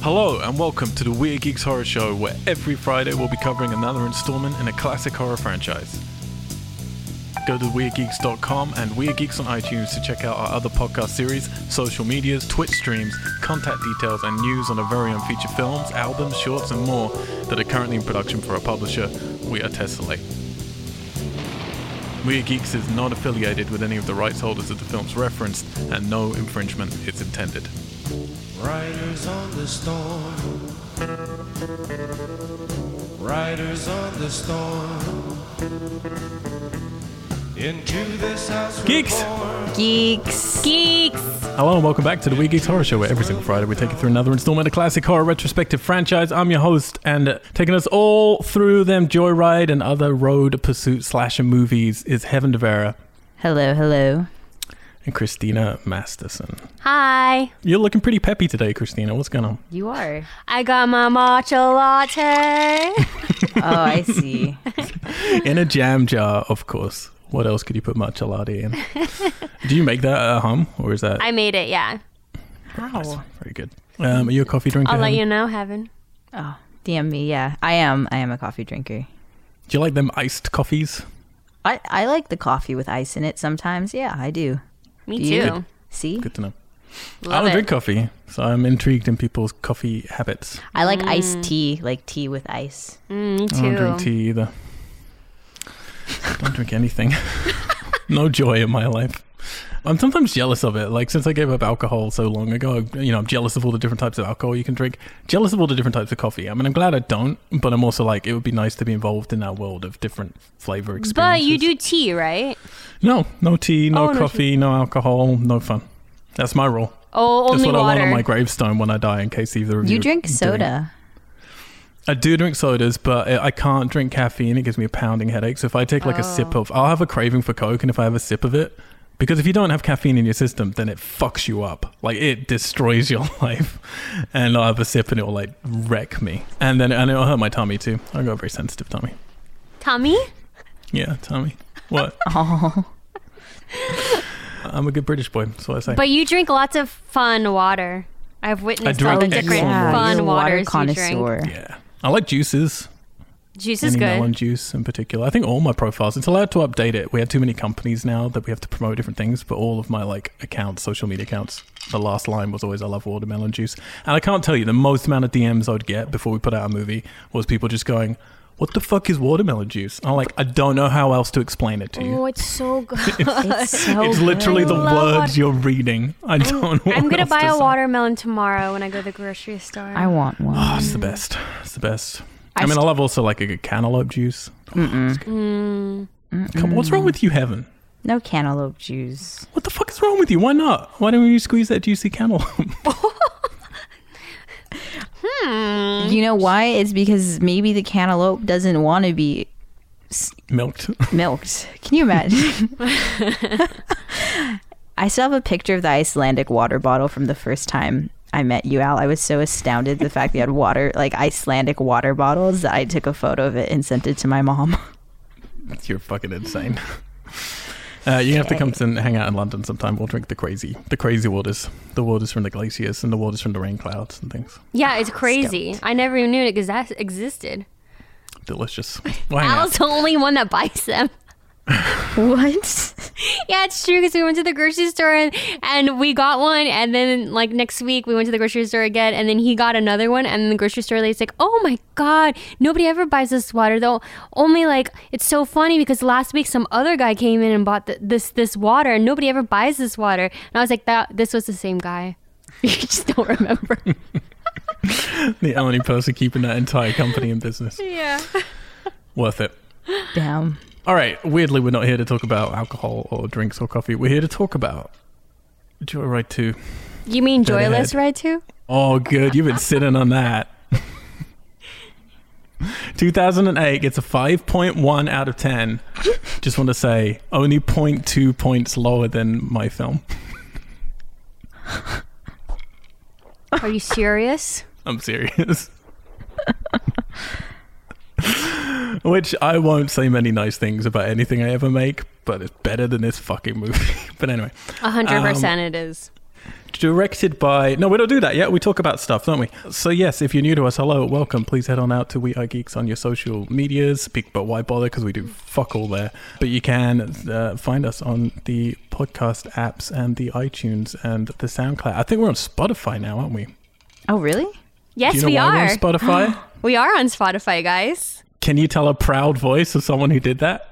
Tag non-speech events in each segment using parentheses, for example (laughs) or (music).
Hello and welcome to the Weird Gigs Horror Show, where every Friday we'll be covering another installment in a classic horror franchise. Go to WeirdGeeks.com and Weird Geeks on iTunes to check out our other podcast series, social medias, Twitch streams, contact details, and news on our very own feature films, albums, shorts, and more that are currently in production for our publisher, We Are Tessellate. Weird Geeks is not affiliated with any of the rights holders of the films referenced, and no infringement is intended. Riders on the storm. Riders on the storm. Into this house. we're Geeks! born. Geeks. Geeks. Hello and welcome back to the Weird Geeks Horror Show, where every single Friday we take you through another installment of classic horror retrospective franchise. I'm your host, and uh, taking us all through them joyride and other road pursuit slasher movies is Heaven Devera Hello, hello. and Christina Masterson. Hi, You're looking pretty peppy today, Christina. What's going on? You are. I got my matcha latte. Oh, I (laughs) see. (laughs) In a jam jar, of course. What else could you put matcha latte in? (laughs) Do you make that at home, or is that I made it, yeah. Nice. very good? Um, are you a coffee drinker? I'll let Helen? you know, Heaven. Oh, DM me. Yeah, I am. I am a coffee drinker. Do you like them iced coffees? I, I like the coffee with ice in it sometimes. Yeah, I do. Me Do you? too. See, Good to know. I Love don't it. drink coffee, so I'm intrigued in people's coffee habits. I like iced tea, like tea with ice. Mm, me I don't drink too. tea either. don't drink anything. (laughs) no joy in my life. I'm sometimes jealous of it. Like since I gave up alcohol so long ago, you know, I'm jealous of all the different types of alcohol you can drink. Jealous of all the different types of coffee. I mean, I'm glad I don't, but I'm also like, it would be nice to be involved in that world of different flavor experiences. But you do tea, right? No, no tea, Oh, no no tea. coffee, no alcohol, no fun. That's my rule. Oh, That's only what I want water. on my gravestone when I die, in case either of you. You drink do. (laughs) soda. I do drink sodas, but I I can't drink caffeine. It gives me a pounding headache. So if I take like a sip of, I'll have a craving for Coke, and if I have a sip of it, because if you don't have caffeine in your system, then it fucks you up. Like it destroys your (laughs) life. And I'll have a sip, and it will like wreck me, and then and it'll hurt my tummy too. I got a very sensitive tummy. Tummy? Yeah, tummy. What? Oh, I'm a good British boy, that's what I say. But you drink lots of fun water. I've witnessed drink all the different excellent water. fun You're a waters water you drink. connoisseur. (laughs) yeah, I like juices. Juice any is good. melon juice in particular. I think all my profiles. It's allowed to update it. We have too many companies now that we have to promote different things. But all of my like accounts, social media accounts, the last line was always "I love watermelon juice." And I can't tell you the most amount of DMs I'd get before we put out a movie was people just going, "What the fuck is watermelon juice?" And I'm like, I don't know how else to explain it to you. Oh, (laughs) it's so good. It's so it's literally I the love words water- you're reading. I don't. know what I'm gonna else buy to a say. watermelon tomorrow when I go to the grocery store. I want one. Oh, it's the best. It's the best. I, I mean, st- I love also like a good cantaloupe juice. Come, what's wrong with you, Heaven? No cantaloupe juice. What the fuck is wrong with you? Why not? Why don't you squeeze that juicy cantaloupe? Mm. You know why? It's because maybe the cantaloupe doesn't want to be (laughs) Milked. (laughs) milked. Can you (laughs) imagine? I still have a picture of the Icelandic water bottle from the first time I met you, Al. I was so astounded the fact that you had water, like Icelandic water bottles, that I took a photo of it and sent it to my mom. You're fucking insane. (laughs) Uh, you're gonna have to come and hang out in London sometime. We'll drink the crazy, the crazy waters, the waters from the glaciers and the waters from the rain clouds and things. yeah, it's crazy. I never even knew it exa- existed. Delicious. Why Al's not? the only one that buys them. what? Yeah, it's true because we went to the grocery store and, and we got one, and then like next week we went to the grocery store again, and then he got another one, and the grocery store lady's like, "Oh my god, nobody ever buys this water though. Only like it's so funny because last week some other guy came in and bought th- this this water, and nobody ever buys this water." And I was like, "That this was the same guy." (laughs) You just don't remember. The only person keeping that entire company in business. yeah. Worth it. Damn. All right. Weirdly, we're not here to talk about alcohol or drinks or coffee. We're here to talk about Joyride Two. You mean Dead joyless ahead. ride too? Oh, good. You've been sitting on that. (laughs) 2008 gets a 5.1 out of 10. Just want to say, only 0.2 points lower than my film. Are you serious? I'm serious. (laughs) Which I won't say many nice things about anything I ever make, (laughs) but it's better than this fucking movie. But anyway, A hundred percent, it is. directed by. No, we don't do that yet. We talk about stuff, don't we? So, yes, if you're new to us, hello, welcome. Please head on out to We Are Geeks on your social medias. Be- But why bother? Because we do fuck all there. But you can uh, find us on the podcast apps and the iTunes and the SoundCloud. I think we're on Spotify now, aren't we? Oh, really? Yes, Do you know we why are. we're on (gasps) Spotify? we are on Spotify, guys. can you tell a proud voice of someone who did that?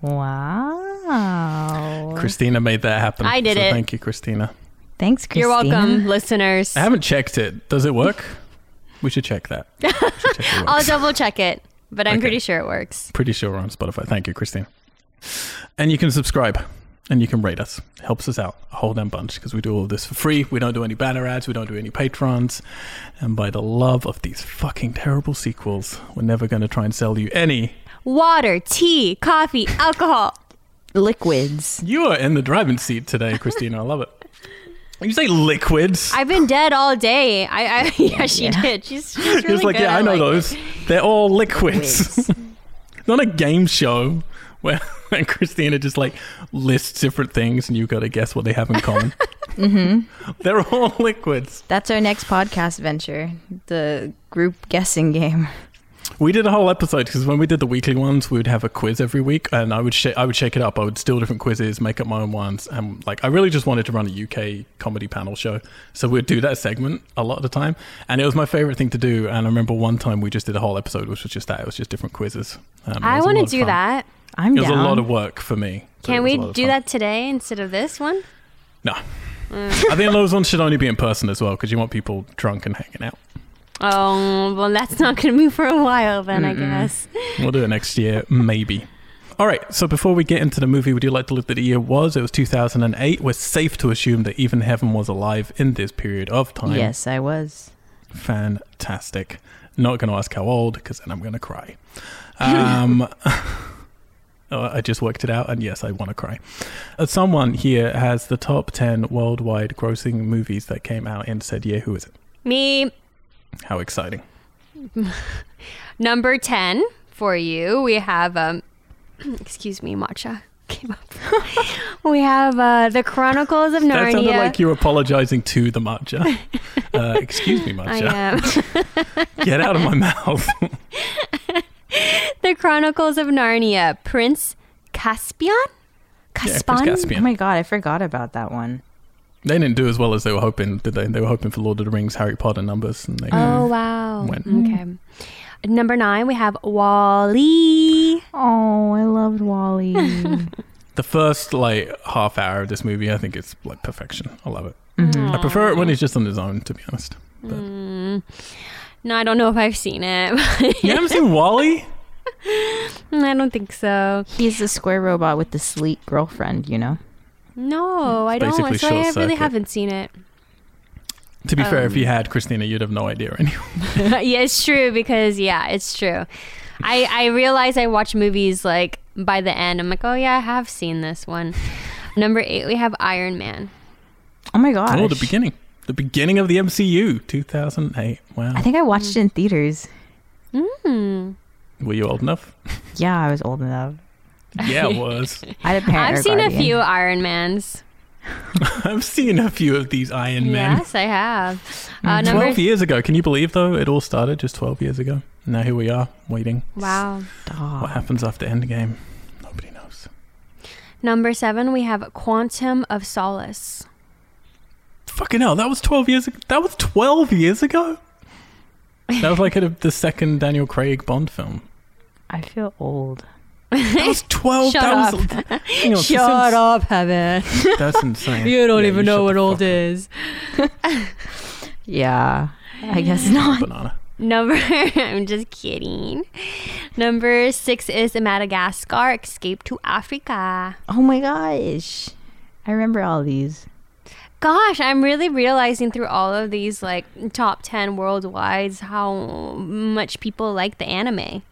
Wow. (laughs) Christina made that happen. I did so it. Thank you, Christina. Thanks, Christina. You're welcome, listeners. I haven't checked it. Does it work? We should check (laughs) that. We should check it works. I'll double check it, but I'm Okay. pretty sure it works. Pretty sure we're on Spotify. Thank you, Christine. And you can subscribe and you can rate us. Helps us out a whole damn bunch because we do all of this for free. We don't do any banner ads. We don't do any patrons. And by the love of these fucking terrible sequels, we're never going to try and sell you any. Water, tea, coffee, alcohol. Liquids. You are in the driving seat today, Christina. I love it. You say liquids. I've been dead all day. I, (laughs) I yeah, she Yeah. did. She's, she's really Just like, good. yeah, I know like those. it. They're all liquids. Not a game show where, (laughs) where Christina just like lists different things and you got to guess what they have in (laughs) common. Mm-hmm. They're all (laughs) liquids. (laughs) That's our next podcast venture, the group guessing game. We did a whole episode because when we did the weekly ones, we would have a quiz every week, and I would sh- I would shake it up. I would steal different quizzes, make up my own ones, and like I really just wanted to run a UK comedy panel show, so we'd do that segment a lot of the time, and it was my favorite thing to do. And I remember one time we just did a whole episode, which was just that. It was just different quizzes. Um, it I was a want lot to of do fun. that. I'm It was down. a lot of work for me. but it Can was a we lot of do fun. that today instead of this one? No. I think those ones should only be in person as well because you want people drunk and hanging out. Oh, well, that's not going to be for a while then, I guess. We'll do it next year, maybe. All right, so before we get into the movie, would you like to look that the year was? It was 2008. We're safe to assume that even heaven was alive in this period of time. Yes, I was. Fantastic. Not going to ask how old because then I'm going to cry. Um, (laughs) uh, I just worked it out, and yes, I want to cry. Uh, someone here has the top 10 worldwide grossing movies that came out in said year. Who is it? Me, How exciting. number 10 for you. We have, um, (clears throat) excuse me, Matcha came up. (laughs) we have uh, The Chronicles of That sounded Narnia. like you're apologizing to the matcha. Uh, excuse me, I matcha. am. (laughs) Get out of my mouth. the Chronicles of Narnia, Prince Caspian? Yeah, Prince Caspian? Caspian. Oh my god, I forgot about that one. They didn't do as well as they were hoping, did they? They were hoping for Lord of the Rings, Harry Potter numbers, and they oh, wow. went. Okay. Number nine, we have Wally. Oh, I loved Wally. The first like half hour of this movie, I think it's like perfection. I love it. I prefer it when he's just on his own, to be honest. But Hmm. No, I don't know if I've seen it. (laughs) you haven't seen Wally? I don't think so. (laughs) He's the square robot with the sleek girlfriend, you know? No, I don't. basically That's why I Short really Circuit. haven't seen it. (laughs) To be fair, if you had Christina, you'd have no idea anyway. yeah, it's true because yeah, it's true. I I realize I watch movies like by the end. I'm like, oh yeah, I have seen this one. Number eight, we have Iron Man. Oh my gosh. Oh, the beginning, the beginning of the MCU, 2008. I Wow, think I watched it in theaters. Hmm. were you old enough? Yeah, I was old enough. Yeah, it was. (laughs) I had a parent. I've or seen guardian. a few Iron Mans. I've seen a few of these Iron Men. Yes, I have. Uh, number 12 years ago. Can you believe, though? It all started just 12 years ago. And Now here we are, waiting. wow. What Stop. happens after Endgame? Nobody knows. Number seven, we have Quantum of Solace. Fucking hell, that was 12 years ago. That was 12 years ago? That was like at the second Daniel Craig Bond film. I feel old. That was (laughs) 12. Shut that was. Hang on, since- up, Heaven. That's (laughs) insane. Yeah, shut the fuck up, is. (laughs) Yeah, I (laughs) guess not. Banana. Number, (laughs) I'm just kidding. Number six is Madagascar, Escape to Africa. Oh my gosh. I remember all these. Gosh, I'm really realizing through all of these like top 10 worldwides how much people like the anime.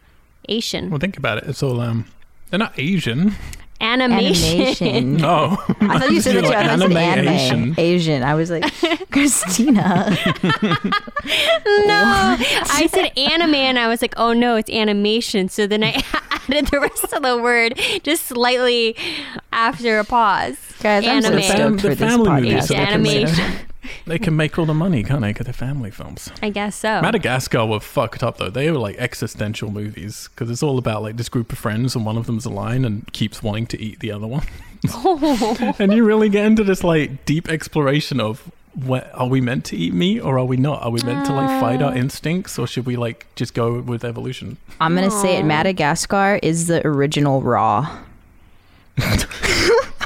Asian. Well, think about it. It's all. um. They're not (laughs) Asian. Animation. Animation. No. I thought you said the two. I thought you said anime. Asian. I was (laughs) like, Christina. (laughs) No, I (laughs) said anime and I was like, oh no, it's animation. So then I added the rest of the word just slightly after a pause. Guys, I'm so Anime. stoked The for this family movies podcast. that I can they sit promote. down. They can make all the money, can't they? Because they're family films. I guess so. Madagascar were fucked up though. They were like existential movies because it's all about like this group of friends and one of them's a lion and keeps wanting to eat the other one. (laughs) and you really get into this like deep exploration of what are we meant to eat meat or are we not? Are we meant to like fight our instincts or should we like just go with evolution? I'm gonna say it. Madagascar is the original Raw. (laughs)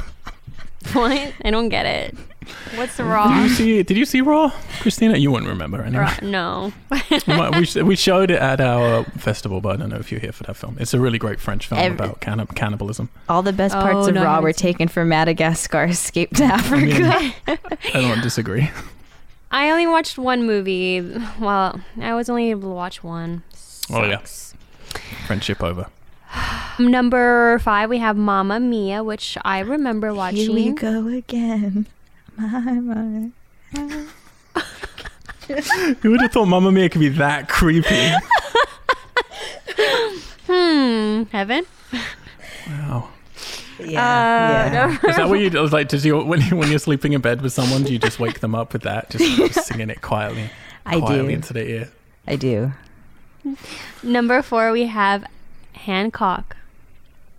What? I don't get it. What's raw? Did you (laughs) see? Did you see Raw, Christina? You wouldn't remember anyway. raw? No. We might- we, sh- we showed it at our festival, but I don't know if you're here for that film. It's a really great French film Ev- about cannib- cannibalism. All the best Oh, parts of no, I Raw haven't were seen taken from Madagascar Escape to Africa. (laughs) Yeah. I don't disagree. I only watched one movie. Well, I was only able to watch one. Oh, yeah. Sucks. Friendship over. Number five, we have Mamma Mia, which I remember watching. Here we go again. My, my. Who would have thought Mamma Mia could be that creepy? Hmm. Heaven. Wow. Yeah. yeah. Uh, Is that what you do? Like, does your when, you, when you're sleeping in bed with someone, do you just wake them up with that? Just, (laughs) just singing it quietly, I quietly do. into their ear. I do. Number four, we have Hancock.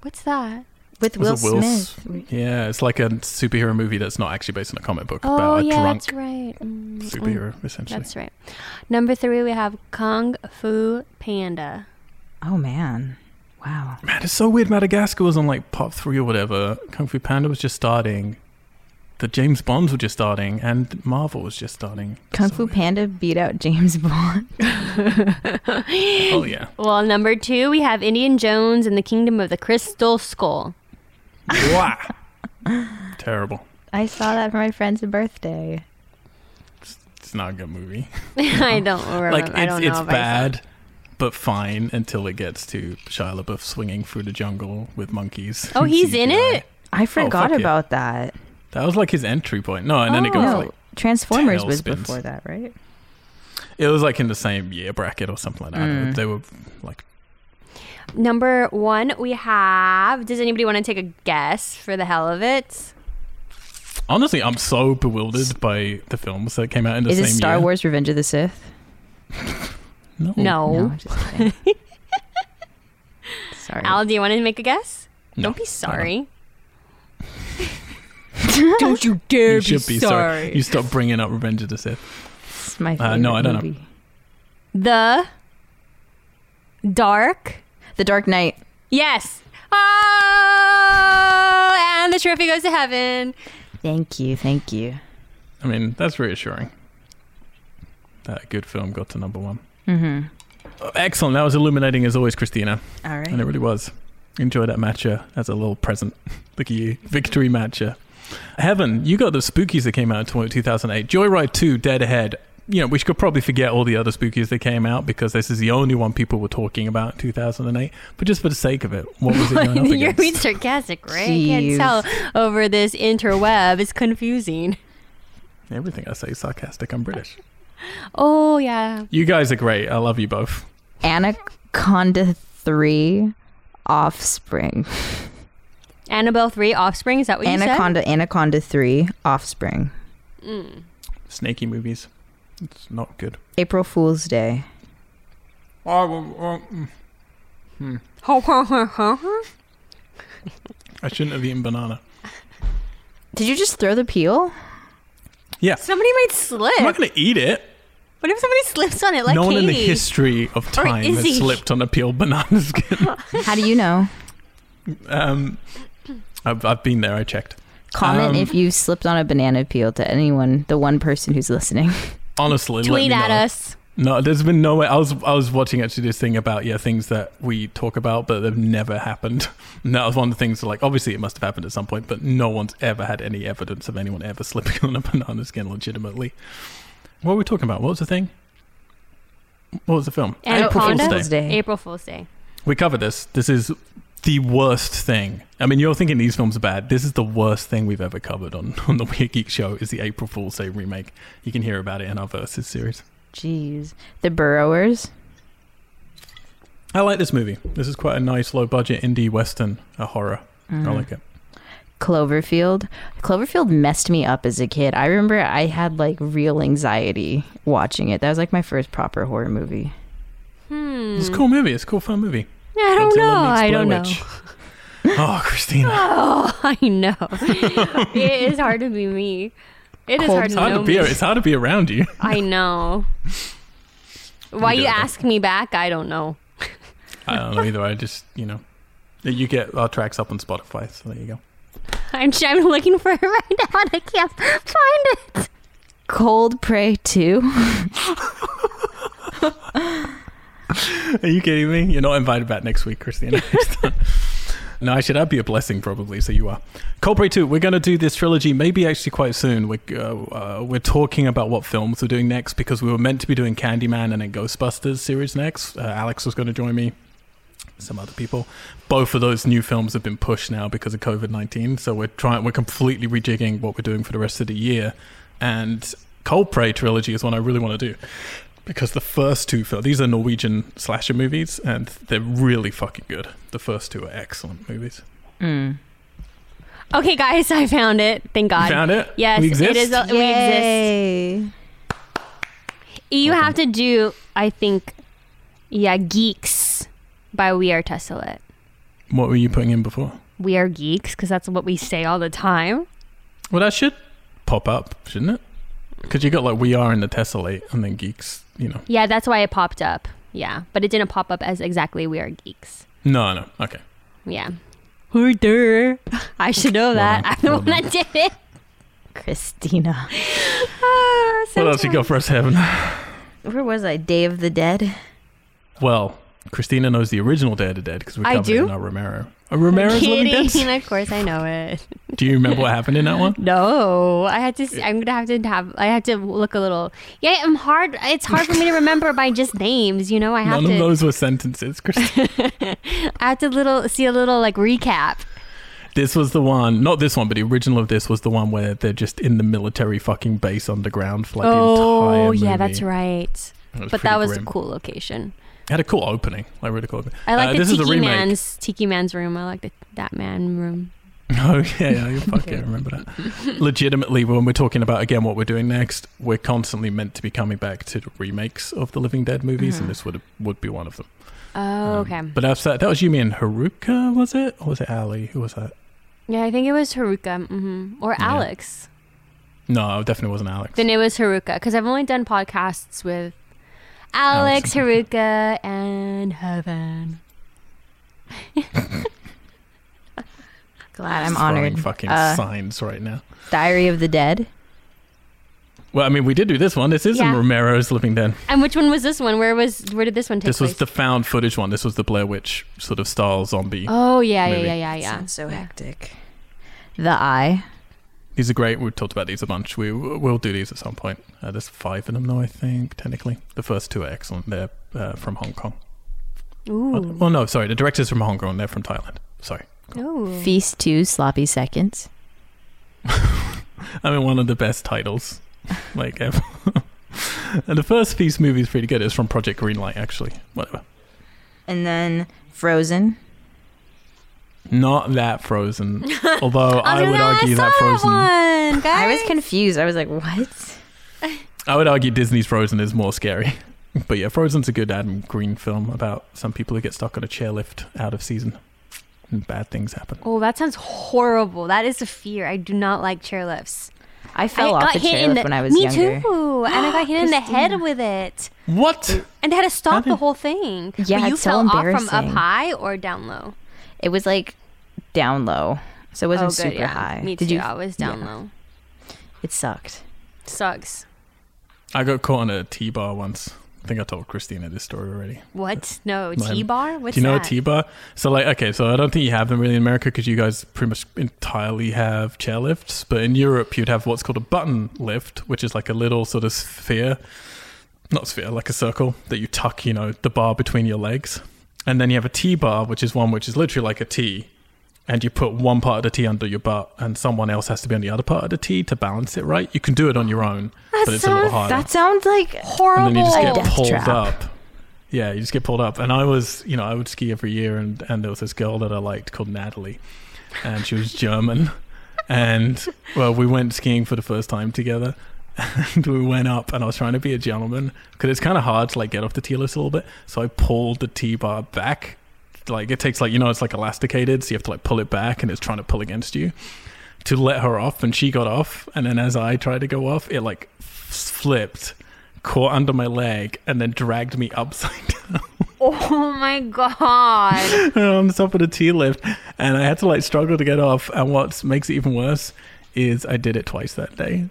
What's that? With Will Was it Will Smith. S- Yeah, it's like a superhero movie that's not actually based on a comic book Oh, about a yeah, drunk that's right. Mm, mm, superhero, essentially. That's right. Number three, we have Kung Fu Panda. (laughs) Oh man. Wow. Man, it's so weird. Madagascar was on like Pop 3 or whatever. Kung Fu Panda was just starting. The James Bonds were just starting, and Marvel was just starting. Kung So Fu weird. Panda beat out James (laughs) Bond. Oh yeah. Well, number two, we have Indian Jones and the Kingdom of the Crystal Skull. (laughs) Wah. Terrible. I saw that for my friend's birthday. It's not a good movie. (laughs) I don't remember. like I it's don't know it's if bad, but fine until it gets to Shia LaBeouf swinging through the jungle with monkeys. (laughs) Oh, he's in CGI. it? I forgot Oh, fuck yeah. about that. That was like his entry point. No, and then it goes no, Oh. like Transformers was tailspins. before that, right? it was like in the same year bracket or something like that. Hmm. They were like I saw. Number one, we have. Does anybody want to take a guess for the hell of it? honestly, I'm so bewildered by the films that came out in the Is same it Star year. Wars: Revenge of the Sith? No. No. No, just kidding. Oh. (laughs) Sorry. Al, do you want to make a guess? No. Don't be sorry. Don't you dare You should be sorry. You stop bringing up Revenge of the Sith. It's my favorite Uh, no, I don't know. movie. The Dark. The Dark Knight. Yes. Oh, and the trophy goes to heaven. Thank you, thank you. I mean, that's reassuring. That good film got to number one. Mm-hmm. Uh, Excellent. That was illuminating as always, Christina. All right. And it really was. Enjoy that matcha as a little present. (laughs) Look at you. Victory matcha. Heaven, you got the spookies that came out in 20- 2008. Joyride 2, Dead Ahead. You know, we could probably forget all the other spookies that came out because this is the only one people were talking about in 2008. But just for the sake of it, what (laughs) was it going up You're being against? sarcastic, right? Jeez. You can't tell over this interweb. It's confusing. Everything I say is sarcastic. I'm British. Oh, yeah. You guys are great. I love you both. Anaconda Three, Offspring. Annabelle 3 Offspring. Is that what Anaconda, Anaconda Three, Offspring. you said? Mm. Snaky movies. It's not good. April Fool's Day. I shouldn't have eaten banana. Did you just throw the peel? Yeah. (laughs) Somebody might slip. I'm not going to eat it. What if somebody slips on it like no one in Katie? the history of time Izzy. has slipped on a peeled banana (laughs) skin. How do you know? um, I've, I've been there. I checked. Comment Um, if you slipped on a banana peel to anyone, the one person who's listening. (laughs) Honestly, let Tweet me at know. us. No, there's been no way. I was I was watching actually this thing about yeah things that we talk about but they've never happened. (laughs) And that was one of the things like obviously it must have happened at some point, but no one's ever had any evidence of anyone ever slipping (laughs) on a banana skin legitimately. What were we talking about? What was the thing? What was the film? Anaconda? Fool's Day. April Fool's Day. We covered this. This is the worst thing. I mean, you're thinking these films are bad. This is the worst thing we've ever covered on, (laughs) on the Weird Geek Show is the April Fool's Day remake. You can hear about it in our Versus series. Jeez. The Burrowers. I like this movie. This is quite a nice low budget indie western, a horror. I like it. Cloverfield. Cloverfield messed me up as a kid. I remember I had like real anxiety watching it. That was like my first proper horror movie. It's a cool movie. It's a cool fun movie. Hmm. Mm. I Until don't it know. meets I Blair don't know. Witch. (laughs) Oh, Christina. Oh, I know. (laughs) it is hard to be me. It is Cold. hard It's to It's hard, know to be, me. it's hard to be around you. I know. Why good you at that. ask me back? I don't know. (laughs) I don't know either. I just, you know, you get our tracks up on Spotify, so there you go. I'm I'm looking for it (laughs) right now and I can't find it. Cold Prey 2. Are you kidding me? You're not invited back next week, Christina. no, actually, that'd be a blessing probably. So you are. Coldplay two. We're going to do this trilogy maybe actually quite soon. We're uh, uh, we're talking about what films we're doing next because we were meant to be doing Candyman and then Ghostbusters series next. Uh, Alex was going to join me. Some other people. Both of those new films have been pushed now because of COVID nineteen. So we're trying. We're completely rejigging what we're doing for the rest of the year. And Coldplay trilogy is one I really want to do because the first two fil- these are Norwegian slasher movies and they're really fucking good. The first two are excellent movies. Mm. Okay, guys, I found it. Thank God. You found it? Yes, we exist? it is. A, we exist. Uh, exist. You have to do, I think, yeah, geeks by We Are Tessellate. what were you putting in before? We are geeks because that's what we say all the time. Well, that should pop up, shouldn't it? Because you got like we are in the tessellate and then geeks, you know. Yeah, that's why it popped up. Yeah, but it didn't pop up as exactly We Are Geeks. No, no, okay. Yeah. Who there? (laughs) I should know that. (laughs) Well I'm the done. one that did (laughs) it. Christina. Ah, What else you got for us, Heaven? Where was I? Day of the Dead. Well, Christina knows the original Day of the Dead because we I covered it do? in our Romero. A Romero's Living Kidding. (laughs) Dead? Of course, I know it. Do you remember what happened in that one? No, I had to. See, I'm gonna have to have. I had to look a little. Yeah, I'm hard. It's hard for (laughs) me to remember by just names. You know, (laughs) I have None of to. those were sentences, Christina. (laughs) I have to little see a little like recap. This was the one, not this one, but the original of this was the one where they're just in the military fucking base underground for like the entire oh, movie. yeah, that's right. It was but pretty that was grim. a cool location. It had a cool opening, like really cool. Opening. (laughs) I like Uh, the this is a Tiki remake. Man's Tiki Man's room. I like the that man room. Oh yeah, yeah, you fucking remember that. Legitimately, when we're talking about again what we're doing next, we're constantly meant to be coming back to the remakes of the Living Dead movies, and this would would be one of them. Mm-hmm. Oh, Um, okay. But after that, that was you, me, and Haruka, was it? Or was it Ali? Who was that? yeah, I think it was Haruka hmm or Yeah. Alex. No, it definitely wasn't Alex. Then it was Haruka because I've only done podcasts with Alex Alex, and Haruka, and (laughs) Heaven. Glad I'm Just honored. Throwing fucking Uh, signs right now. Diary of the Dead. Well, I mean, we did do this one. This isn't Yeah. Romero's Living Dead. And which one was this one? Where was where did this one take This was place? the found footage one. This was the Blair Witch sort of style zombie. oh yeah yeah movie. yeah yeah yeah. Sounds so Yeah. hectic. The Eye. These are great. We've talked about these a bunch. We will do these at some point. Uh, there's five of them, though. I think technically the first two are excellent. They're uh, from Hong Kong. Well, Ooh. well, no, sorry. The director's from Hong Kong. They're from Thailand. Sorry. Ooh. Feast 2 Sloppy Seconds. I mean, one of the best (laughs) titles, like ever. (laughs) and the first Feast movie is pretty good. It's from Project Greenlight, actually. Whatever. And then Frozen. Not that (laughs) Frozen. Although I would gonna- argue that saw Frozen. one, guys. I was confused. I was like, what? I would argue Disney's Frozen is more scary. (laughs) But yeah, Frozen's a good Adam Green film about some people who get stuck on a chairlift out of season and bad things happen. Oh, that sounds horrible. That is a fear. I do not like chairlifts. I fell off the chairlift when I was me younger. too, and (gasps) I got hit in the head with it, What? and they had to stop did- the whole thing. Yeah, but you it's so fell off from up embarrassing. high or down low. It was like down low. So it wasn't oh, good, super yeah. high. Me Did too. you- I was down yeah. low. It sucked. Sucks. I got caught on a T bar once. I think I told Christina this story already. What? No My- T bar. What's Do you know that? a T bar? So, like, okay, so I don't think you have them really in America because you guys pretty much entirely have chairlifts. But in Europe, you'd have what's called a button lift, which is like a little sort of sphere, not sphere, like a circle that you tuck, you know, the bar between your legs. And then you have a T bar, which is one which is literally like a T. And you put one part of the T under your butt, and someone else has to be on the other part of the T to balance it right. You can do it on your own, but it's a little sounds- harder. That sounds like (laughs) Horrible. and then you just like get death pulled trap. up. Yeah, you just get pulled up. And I was, you know, I would ski every year, and, and there was this girl that I liked called Natalie, and she was German. and, well, we went skiing for the first time together. And we went up, and I was trying to be a gentleman because it's kind of hard to like get off the T list a little bit. So I pulled the T bar back. Like, it takes, like, you know, it's like elasticated. So you have to like pull it back, and it's trying to pull against you to let her off. And she got off. And then as I tried to go off, it like flipped, caught under my leg, and then dragged me upside (laughs) down. Oh my god. on the top of the T lift, and I had to like struggle to get off. And what makes it even worse is I did it twice that day,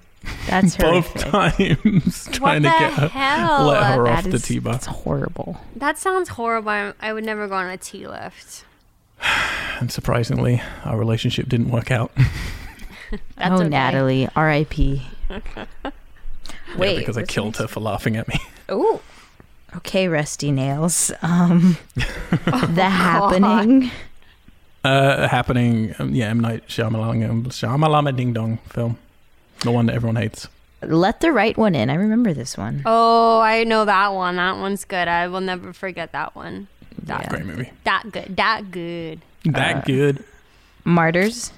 (laughs) That's both horrific. times (laughs) trying to the get her, hell? let her off That the is- T bar. That's horrible. That sounds horrible. I'm- I would never go on a tea lift. And surprisingly, our relationship didn't work out. That's oh, okay. Natalie, R.I.P. (laughs) yeah, because I killed her for laughing at me. (laughs) (laughs) Ooh. Okay, Rusty Nails. (laughs) (laughs) Um, the happening. Uh, happening, um, yeah, M Night Shyamalan, um, Shyamalama Ding Dong film, the one that everyone hates. Let the right one in. I remember this one. Oh, I know that one. That one's good. I will never forget that one. That, Great movie. that good. That good. That Uh, good. Martyrs.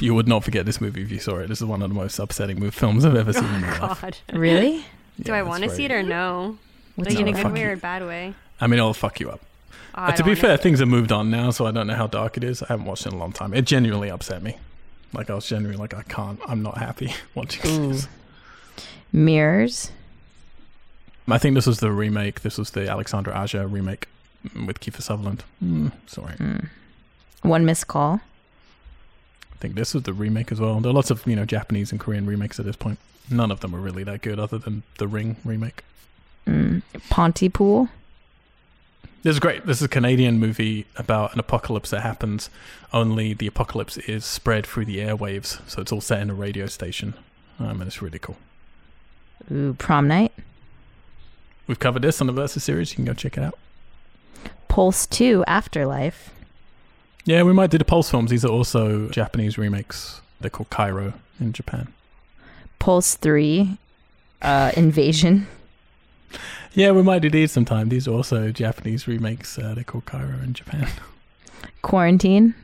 You would not forget this movie if you saw it. This is one of the most upsetting mo- films I've ever seen in (laughs) my life. Oh God. Really? Do Yeah, I it's want to see it very- or no? What's Like in a No, good fuck way you. or a bad way? I mean, it'll fuck you up. Oh, I But Uh, to don't be wanna- fair, things have moved on now, so I don't know how dark it is. I haven't watched it in a long time. It genuinely upset me. Like I was genuinely like, I can't. I'm not happy (laughs) watching this. Mirrors. I think this was the remake. This was the Alexandra Aja remake with Kiefer Sutherland. Mm, sorry, One missed call. I think this was the remake as well. There are lots of you know Japanese and Korean remakes at this point. None of them are really that good, other than the Ring remake. Pontypool. This is great. This is a Canadian movie about an apocalypse that happens, only the apocalypse is spread through the airwaves. So it's all set in a radio station. Um, and it's really cool. Ooh, prom night. We've covered this on the Versus series. You can go check it out. Pulse 2 Afterlife. Yeah, we might do the Pulse films. These are also Japanese remakes. They're called Cairo in Japan. Pulse 3 uh, Invasion. Yeah, we might do these sometime. These are also Japanese remakes. Uh, they're called Cairo in Japan. (laughs) Quarantine.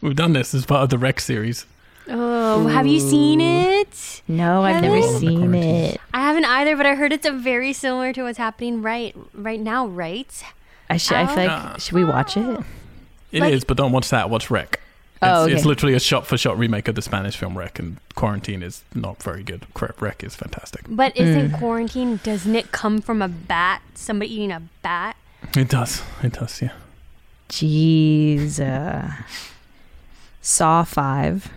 We've done this as part of the Rex series. Oh, have you seen it? No, I've never Hello. seen Quarantine. it. I haven't either, but I heard it's a very similar to what's happening right right now, right? I should. I feel Ah. like should we watch it? It is, Like- but don't watch that. Watch Wreck. It's, Oh, okay. it's literally a shot for shot remake of the Spanish film Wreck, and Quarantine is not very good. Cra- Wreck is fantastic. But isn't quarantine? Doesn't it come from a bat? Somebody eating a bat? It does. It does, yeah. Jeez. Uh, Saw five.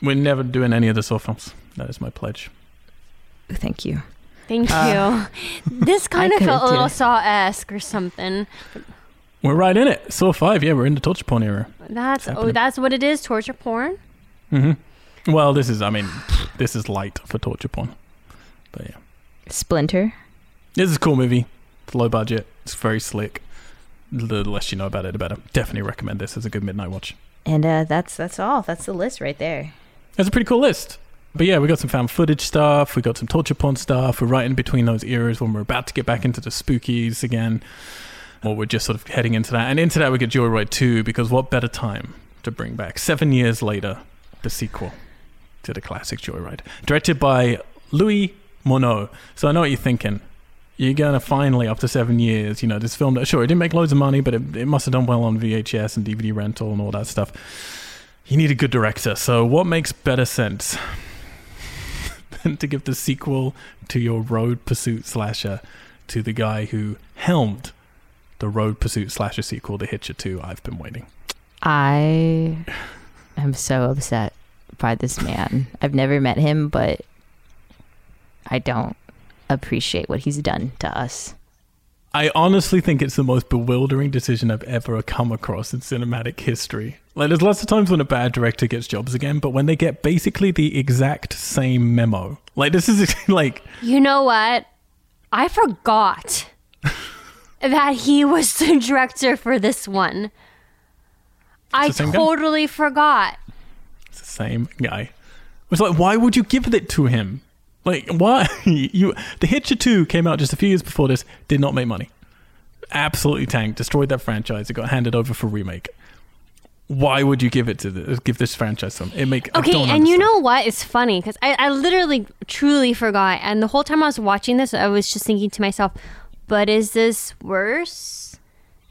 We're never doing any of the Saw films. That is my pledge. Ooh, Thank you. Thank you. this kind of couldn't felt a do little it. Saw esque or something. We're right in it. Saw 5, yeah, we're in the torture porn era. That's oh, happening. that's what it is. Torture porn. Well, this is, I mean, this is light for torture porn. But yeah. Splinter. This is a cool movie. It's low budget. It's very slick. The less you know about it, the better. Definitely recommend this as a good midnight watch. And uh, that's that's all. That's the list right there. That's a pretty cool list. But yeah, we got some found footage stuff. We got some torture porn stuff. We're right in between those eras when we're about to get back into the spookies again, or we're just sort of heading into that. And into that, we get Joyride 2 because what better time to bring back seven years later the sequel to the classic Joyride, directed by Louis Monod. So I know what you're thinking. You're gonna finally, after seven years, you know this film. That sure, it didn't make loads of money, but it, it must have done well on VHS and DVD rental and all that stuff. You need a good director. So, what makes better sense (laughs) than to give the sequel to your Road Pursuit slasher to the guy who helmed the Road Pursuit slasher sequel, The Hitcher 2? I've been waiting. I am so upset by this man. I've never met him, but I don't appreciate what he's done to us. I honestly think it's the most bewildering decision I've ever come across in cinematic history. Like, there's lots of times when a bad director gets jobs again, but when they get basically the exact same memo, like, this is (laughs) like, You know what? I forgot (laughs) that he was the director for this one. I the same guy? totally forgot. it's the same guy. It's like, why would you give it to him? Like, why? (laughs) you The Hitcher 2 came out just a few years before this, did not make money. Absolutely tanked, destroyed that franchise. It got handed over for remake. Why would you give it to the, give this franchise some? It make I Okay, don't and you understand. know what? It's funny because I, I literally truly forgot. And the whole time I was watching this, I was just thinking to myself, but is this worse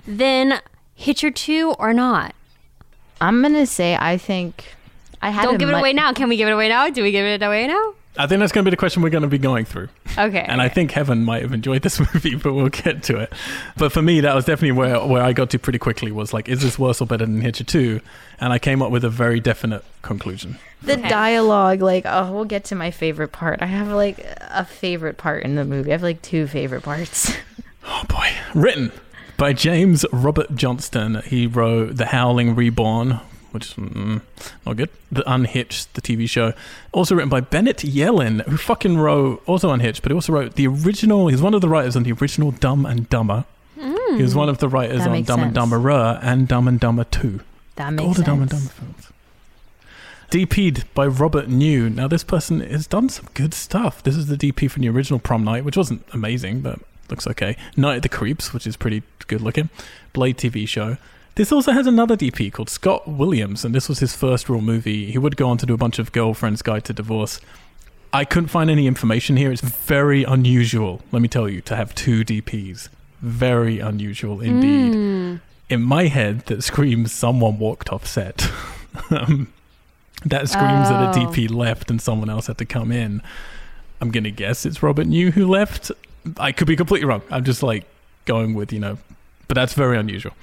than Hitcher 2 or not? I'm gonna say I think I had. Don't a give it mu- away now. Can we give it away now? Do we give it away now? I think that's going to be the question we're going to be going through. Okay. And I think Heaven might have enjoyed this (laughs) movie, but we'll get to it. But for me, that was definitely where, where I got to pretty quickly was like, is this worse or better than Hitcher 2? And I came up with a very definite conclusion. The Okay. dialogue, like, oh, we'll get to my favorite part. I have like a favorite part in the movie. I have like two favorite parts. (laughs) Oh boy. Written by James Robert Johnston. He wrote The Howling Reborn, which is mm, not good. The Unhitched, the TV show. Also written by Bennett Yellen, who fucking wrote, also Unhitched, but he also wrote the original, he's one of the writers on the original Dumb and Dumber. He was one of the writers Mm-hmm. That on makes Dumb and sense. Dumberer and Dumb and Dumber 2. That makes All the sense. Dumb and Dumber films. DP'd by Robert New. Now, this person has done some good stuff. This is the DP from the original Prom Night, which wasn't amazing, but looks okay. Night at the Creeps, which is pretty good looking. Blade TV show. This also has another DP called Scott Williams, and this was his first real movie. He would go on to do a bunch of Girlfriend's Guide to Divorce. I couldn't find any information here. It's very unusual, let me tell you, to have two DPs. Very unusual Mm. indeed Hmm. in my head that screams someone walked off set. (laughs) um, that screams that a Oh. DP left and someone else had to come in. I'm gonna guess it's Robert New who left. I could be completely wrong. I'm just like going with you know, but that's very unusual.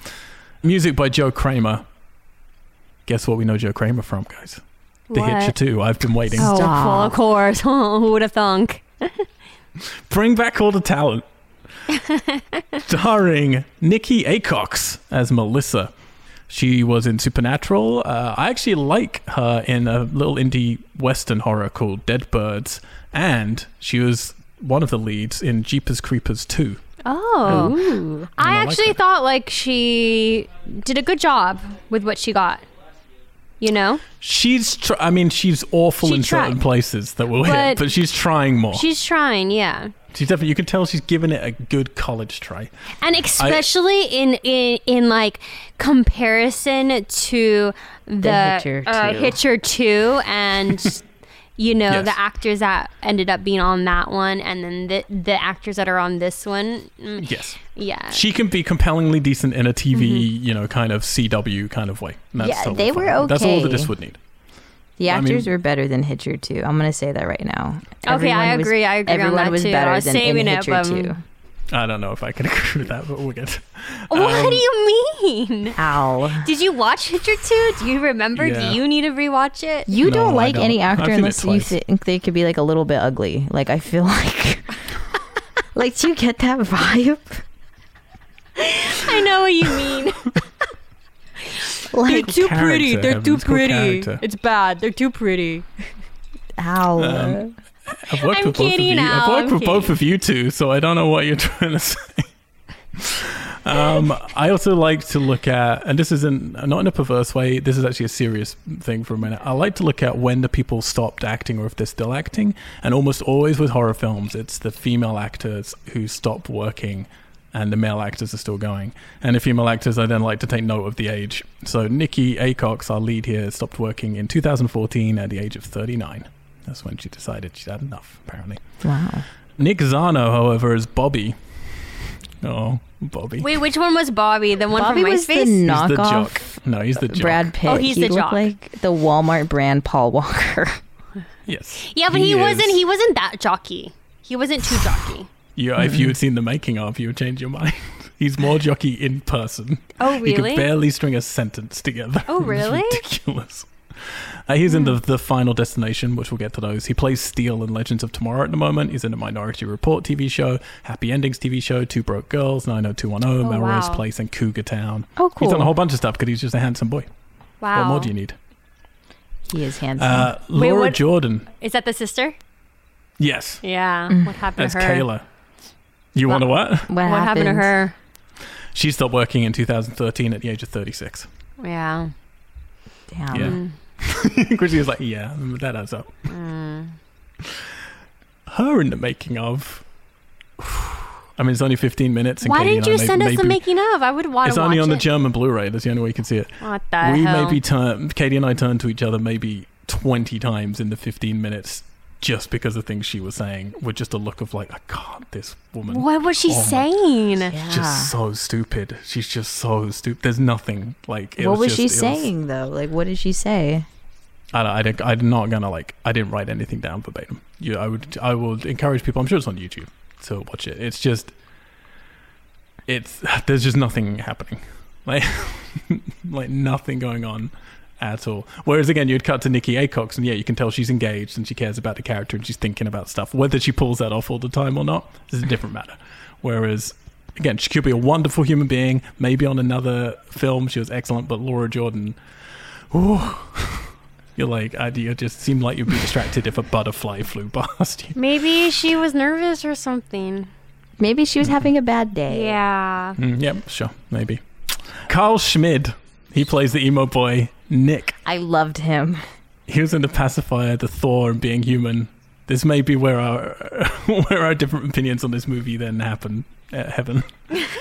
Music by Joe Kramer. Guess what we know Joe Kramer from, guys? The What? Hitcher 2. I've been waiting. Oh, Stop. well, of course. (laughs) Who would have thunk? Bring back all the (laughs) talent. Starring Nikki Acox as Melissa. She was in Supernatural. Uh, I actually like her in a little indie western horror called Dead Birds. And she was one of the leads in Jeepers Creepers 2. Oh. Ooh. I I like actually that. thought like she did a good job with what she got. You know? She's, tr- I mean, she's awful She in certain tried. places that we'll hit, But- but she's trying more. She's trying, yeah. she's definitely, you can tell she's given it a good college try. and especially in, in in like comparison to the, Hitcher uh, 2. Hitcher two (laughs) and you know Yes. the actors that ended up being on that one and then the the actors that are on this one mm, Yes. yeah she can be compellingly decent in a TV, you know, kind of CW kind of way. And That's Mm-hmm. Yeah, totally they fine. were That's all that okay. this would need. The I mean- actors were better than Hitcher 2. I'm gonna say that right now. Okay, I was- agree, I agree on Everyone that was too. I better was than saving in it, Hitcher but, 2. um, I don't know if I can (laughs) agree with that, but we'll get. Um, what do you mean Ow. did you watch Hitcher two do you remember Yeah. do you need to rewatch it No, You I don't like don't. any I've actor seen it unless you twice. think they could be like a little bit ugly. Like I feel like, (laughs) like do you get that vibe? I know what you (laughs) mean Like too pretty. Character, They're Evan. too It's called pretty. character. it's bad they're too pretty ow. Um, I've worked I'm with both of kidding you. now, I've worked I'm with both of you two, so I don't know what you're (laughs) trying to say. um, I also like to look at, and this isn't not in a perverse way. This is actually a serious thing for a minute. I like to look at when the people stopped acting or if they're still acting, and almost always with horror films, it's the female actors who stop working. And the male actors are still going. And the female actors, I then like to take note of the age. So Nikki Acox, our lead here, stopped working in 2014 at the age of 39. That's when she decided she'd had enough, apparently. wow. Nick Zano, however, is Bobby. Oh, Bobby. wait which one was Bobby the one Bobby from was MySpace the he's the jock. knockoff No, he's the jock. Brad Pitt. Oh, he's he the looked jock. like the Walmart brand Paul Walker. (laughs) Yes. Yeah, but he, is- wasn't. He wasn't that jockey. He wasn't too jockey. Yeah, if you had seen the making of, you would change your mind. (laughs) He's more jockey in person. Oh, He could really? barely string a sentence together. (laughs) Oh, It was really? Hmm. ridiculous. Uh, he's in the, the Final Destination, which we'll get to those. He plays Steel in Legends of Tomorrow at the moment. He's in a Minority Report TV show, Happy Endings TV show, Two Broke Girls, 90210, Oh, Melrose wow. Place, and Cougar Town. Oh, He's done a cool. whole bunch of stuff because he's just a handsome boy. Wow. What more do you need? He is handsome. Uh, Wait, Laura what- Jordan. Is that the sister? Yes, Yeah. What happened that's to her? Kayla. You want to what? (laughs) what, What happened to her? She stopped working in 2013 at the age of 36. Yeah. Damn. Um. (laughs) Mm. Yeah. Chrissy was like, yeah, that adds up. her in the making of. (sighs) I mean, it's only 15 minutes. And Why Katie and didn't I you may- send us maybe, the making of? I would want It's to watch only on the it. German Blu-ray. That's the only way you can see it. what the we hell? maybe turn Katie and I turned to each other maybe 20 times in the 15 minutes just because the things she was saying were just a look of like, I can't. This woman what was she Oh my- saying? is just so stupid. She's just so stupid. There's nothing like. It what just- was she it saying though? Like, what did she say? I don't, I don't, I'm not gonna like. I didn't write anything down verbatim. You, I would. I would encourage people. I'm sure it's on YouTube to watch it. It's just. It's there's just nothing happening, like (laughs) like nothing going on at all. Whereas again, you'd cut to Nikki Acox, and yeah, you can tell she's engaged and she cares about the character and she's thinking about stuff. Whether she pulls that off all the time or not is a different matter. Whereas again, she could be a wonderful human being. Maybe on another film she was excellent, but Laura Jordan. Ooh, (laughs) you're like, I, you just seem like you'd be distracted if a butterfly flew (laughs) past you. Maybe she was nervous or something. Maybe Mm-hmm. she was having a bad day. Yeah. Mm, yep, sure, maybe. Carl Schmid, he plays the emo boy Nick. I loved him. He was in the pacifier, the Thor, and being human. This may be where our (laughs) where our different opinions on this movie then happen uh, (laughs) heaven,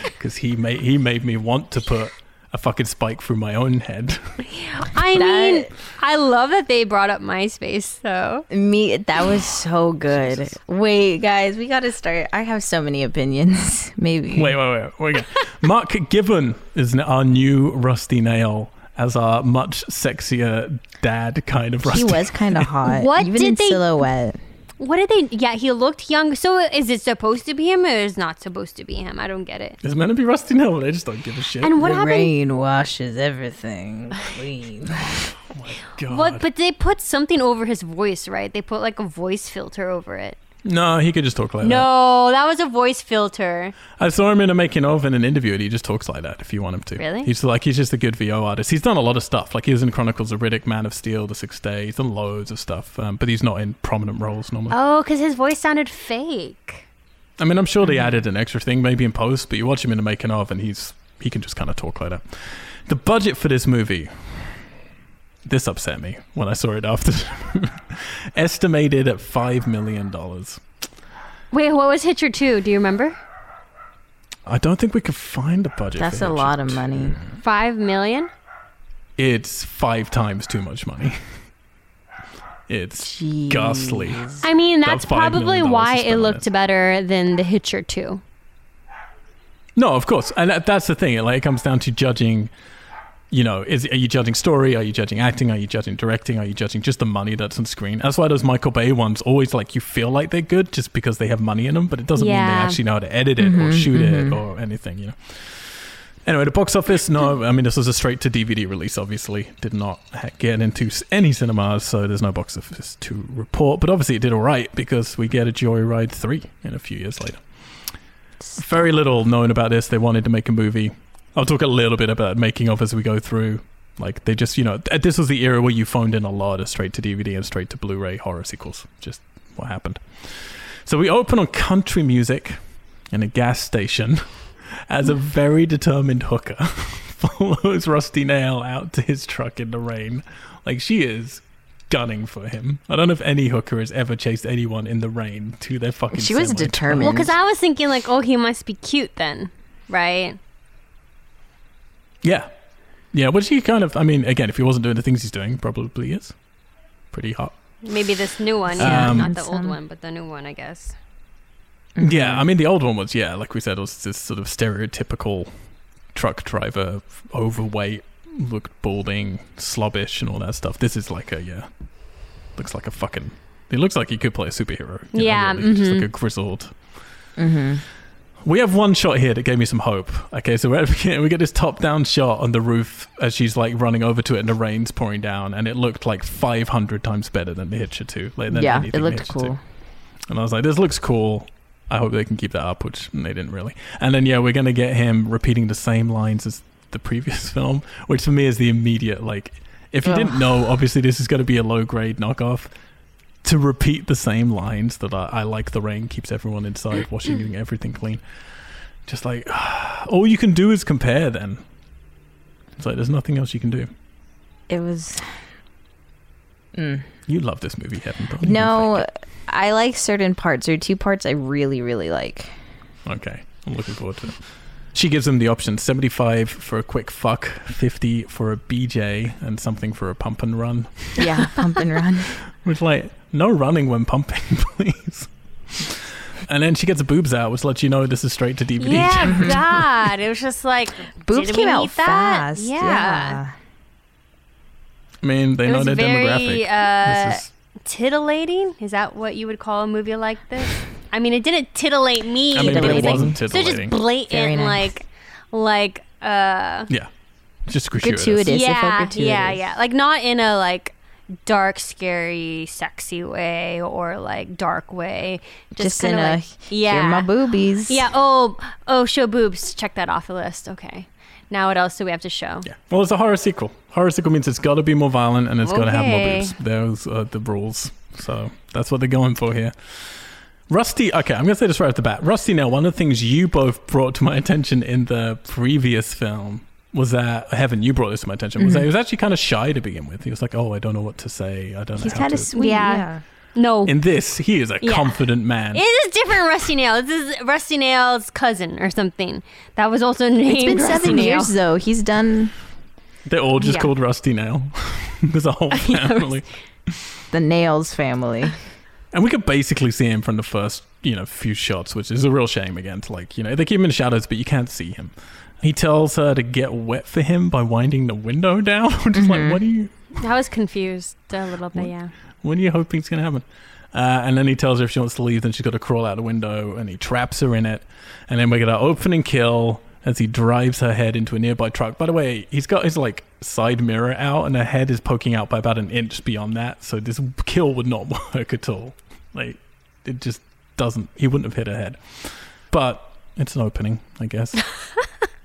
because he made he made me want to put a fucking spike through my own head. (laughs) I That- mean, I love that they brought up MySpace though. Me, that was so good. Wait, guys, we got to start. I have so many opinions. (laughs) Maybe. Wait, wait, wait. We're good. Mark Gibbon is n- our new Rusty Nail as our much sexier dad kind of Rusty. He was kind of hot. What even did in they- silhouette? What did they? Yeah, he looked young. So is it supposed to be him or is it not supposed to be him? I don't get it. (laughs) It's meant to be Rusty Nail. They just don't give a shit. And what the happened? rain washes (sighs) everything clean. God. What? But they put something over his voice, right? They put like a voice filter over it. No, he could just talk like that. No, that was a voice filter. I saw him in a making of in an interview, and he just talks like that. If you want him to, Really? He's like he's just a good VO artist. He's done a lot of stuff. Like he was in Chronicles of Riddick, Man of Steel, The Sixth Day. He's done loads of stuff, um, but he's not in prominent roles normally. Oh, because his voice sounded fake. I mean, I'm sure they Mm-hmm. added an extra thing, maybe in post, but you watch him in the making of, and he's he can just kind of talk like that. The budget for this movie, this upset me when I saw it after, (laughs) estimated at five million dollars. Wait, what was Hitcher 2? Do you remember? I don't think we could find a budget. That's for a Hitcher lot of 2. money. Five million? It's five times too much money. (laughs) It's ghastly. I mean, that's About five probably million dollars why to spend it on looked it. better than The Hitcher 2. No, of course, and that, that's the thing. It, like, it comes down to judging. You know, is are you judging story? Are you judging acting? Are you judging directing? Are you judging just the money that's on screen? That's why those Michael Bay ones always like you feel like they're good just because they have money in them, but it doesn't mean Yeah. they actually know how to edit it or shoot it or anything. You know. Anyway, the box office. No, I mean this was a straight to DVD release. Obviously, did not ha- get into s- any cinemas, so there's no box office to report. But obviously, it did all right because we get a Joyride three in a few years later. Very little known about this. They wanted to make a movie. I'll talk a little bit about making of as we go through. Like they just, you know, th- this was the era where you phoned in a lot of straight to DVD and straight to Blu-ray horror sequels. Just what happened. So we open on country music in a gas station (laughs) as a Mm. very determined hooker (laughs) follows Rusty Nail out to his truck in the rain. Like she is gunning for him. I don't know if any hooker has ever chased anyone in the rain to their fucking. She was semi-truck. determined. Well, because I was thinking like, oh, he must be cute then, right? Yeah, yeah. Which he kind of. I mean, again, if he wasn't doing the things he's doing, probably is pretty hot. Maybe this new one, yeah, Um, not the old Some- one, but the new one, I guess. Yeah, I Mm-hmm. mean the old one was yeah, like we said, was this sort of stereotypical truck driver, overweight, looked balding, slobbish, and all that stuff. This is like a yeah, looks like a fucking. It looks like he could play a superhero. you know, Yeah, really, just mhm. mm-hmm. like a grizzled. Mhm. We have one shot here that gave me some hope. Okay, so we're (laughs) at the beginning, we get this top-down shot on the roof as she's like running over to it, and the rain's pouring down, and it looked like 500 times better than the Hitcher 2. Like, than yeah, anything it The looked Hitcher 2. cool. And I was like, this looks cool. I hope they can keep that up, which they didn't really. And then, yeah, we're going to get him repeating the same lines as the previous (laughs) film, which for me is the immediate, like, if you didn't know, obviously this is going to be a low grade knockoff. To repeat the same lines that I, I like the rain keeps everyone inside, washing everything clean. Just like, (sighs) all you can do is compare then. It's like, there's nothing else you can do. It was. Mm. You love this movie, Heaven. Don't even No, I like certain parts. There are two parts I really, really like. think. Okay. I'm looking forward to it. She gives him the option 75 for a quick fuck, 50 for a BJ, and something for a pump and run. Yeah, (laughs) pump and run. Which, like, no running when pumping, (laughs) please. And then she gets boobs out, which lets you know this is straight to DVD. (laughs) Yeah, God. It was just like Boobs did came we out need that? fast. Yeah. I mean, they It know was their very demographic. uh, This is- titillating. Is that what you would call a movie like this? I mean, it didn't titillate me. I mean, but but it was wasn't like, E So titillating. just blatant, Very nice. like, like, uh, yeah. Just gratuitous. Gratuitous. This, it felt yeah, yeah, gratuitous. yeah. Like not in a like dark, scary, sexy way or like dark way. Just, in kinda a like, yeah. here are my boobies. Yeah. Oh, oh, show boobs. Check that off the list. Okay. Now what else do we have to show? Yeah. Well, it's a horror sequel. Horror sequel means it's got to be more violent and it's got to have more Okay. boobs. Those are the rules. So that's what they're going for here. Rusty, okay, I'm going to say this right off the bat. Rusty, now, one of the things you both brought to my attention in the previous film was that, Heaven, you brought this to my attention, Mm-hmm. was that he was actually kind of shy to begin with. He was like, oh, I don't know what to say. I don't He's know how kind to. of sweet. Yeah. Yeah. No. in this, he is a Yeah. confident man. it is different Rusty Nail. This is Rusty Nail's cousin or something. That was also (laughs) named It's been Rusty seven Nail. years though. He's done They're all just Yeah. called Rusty now. (laughs) There's a whole (laughs) Yeah, family. the Nails family. And we could basically see him from the first, you know, few shots, which is a real shame again. To like, you know, they keep him in shadows, but you can't see him. He tells her to get wet for him by winding the window down. (laughs) I'm just like, what are you, I was confused a little bit. Yeah. what are you hoping is going to happen? Uh, and then he tells her if she wants to leave, then she's got to crawl out the window, and he traps her in it. And then we get our open and kill as he drives her head into a nearby truck. By the way, he's got his like side mirror out, and her head is poking out by about an inch beyond that. So this kill would not (laughs) work at all. Like it just doesn't. He wouldn't have hit her head. But it's an opening, I guess.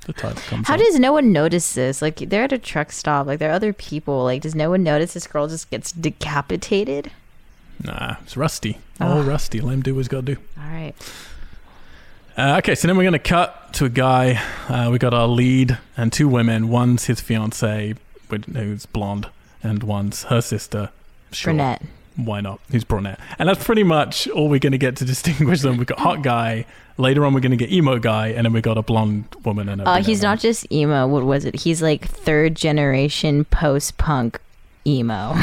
the title comes. How up. does no one notice this? Like they're at a truck stop. Like there are other people. Like does no one notice this girl just gets decapitated? nah? It's rusty. Oh, Ugh. rusty. Let him do what he's got to do. All right. Uh, okay, so then we're going to cut to a guy. Uh, we got our lead and two women. One's his fiance, with- who's blonde, and one's her sister. Sure, Brunette. Why not? Who's brunette? And that's pretty much all we're going to get to (laughs) distinguish them. We've got hot guy. Later on, we're going to get emo guy, and then we got a blonde woman. And a Uh, brunette he's woman. not just emo. What was it? He's like third generation post punk (laughs) emo.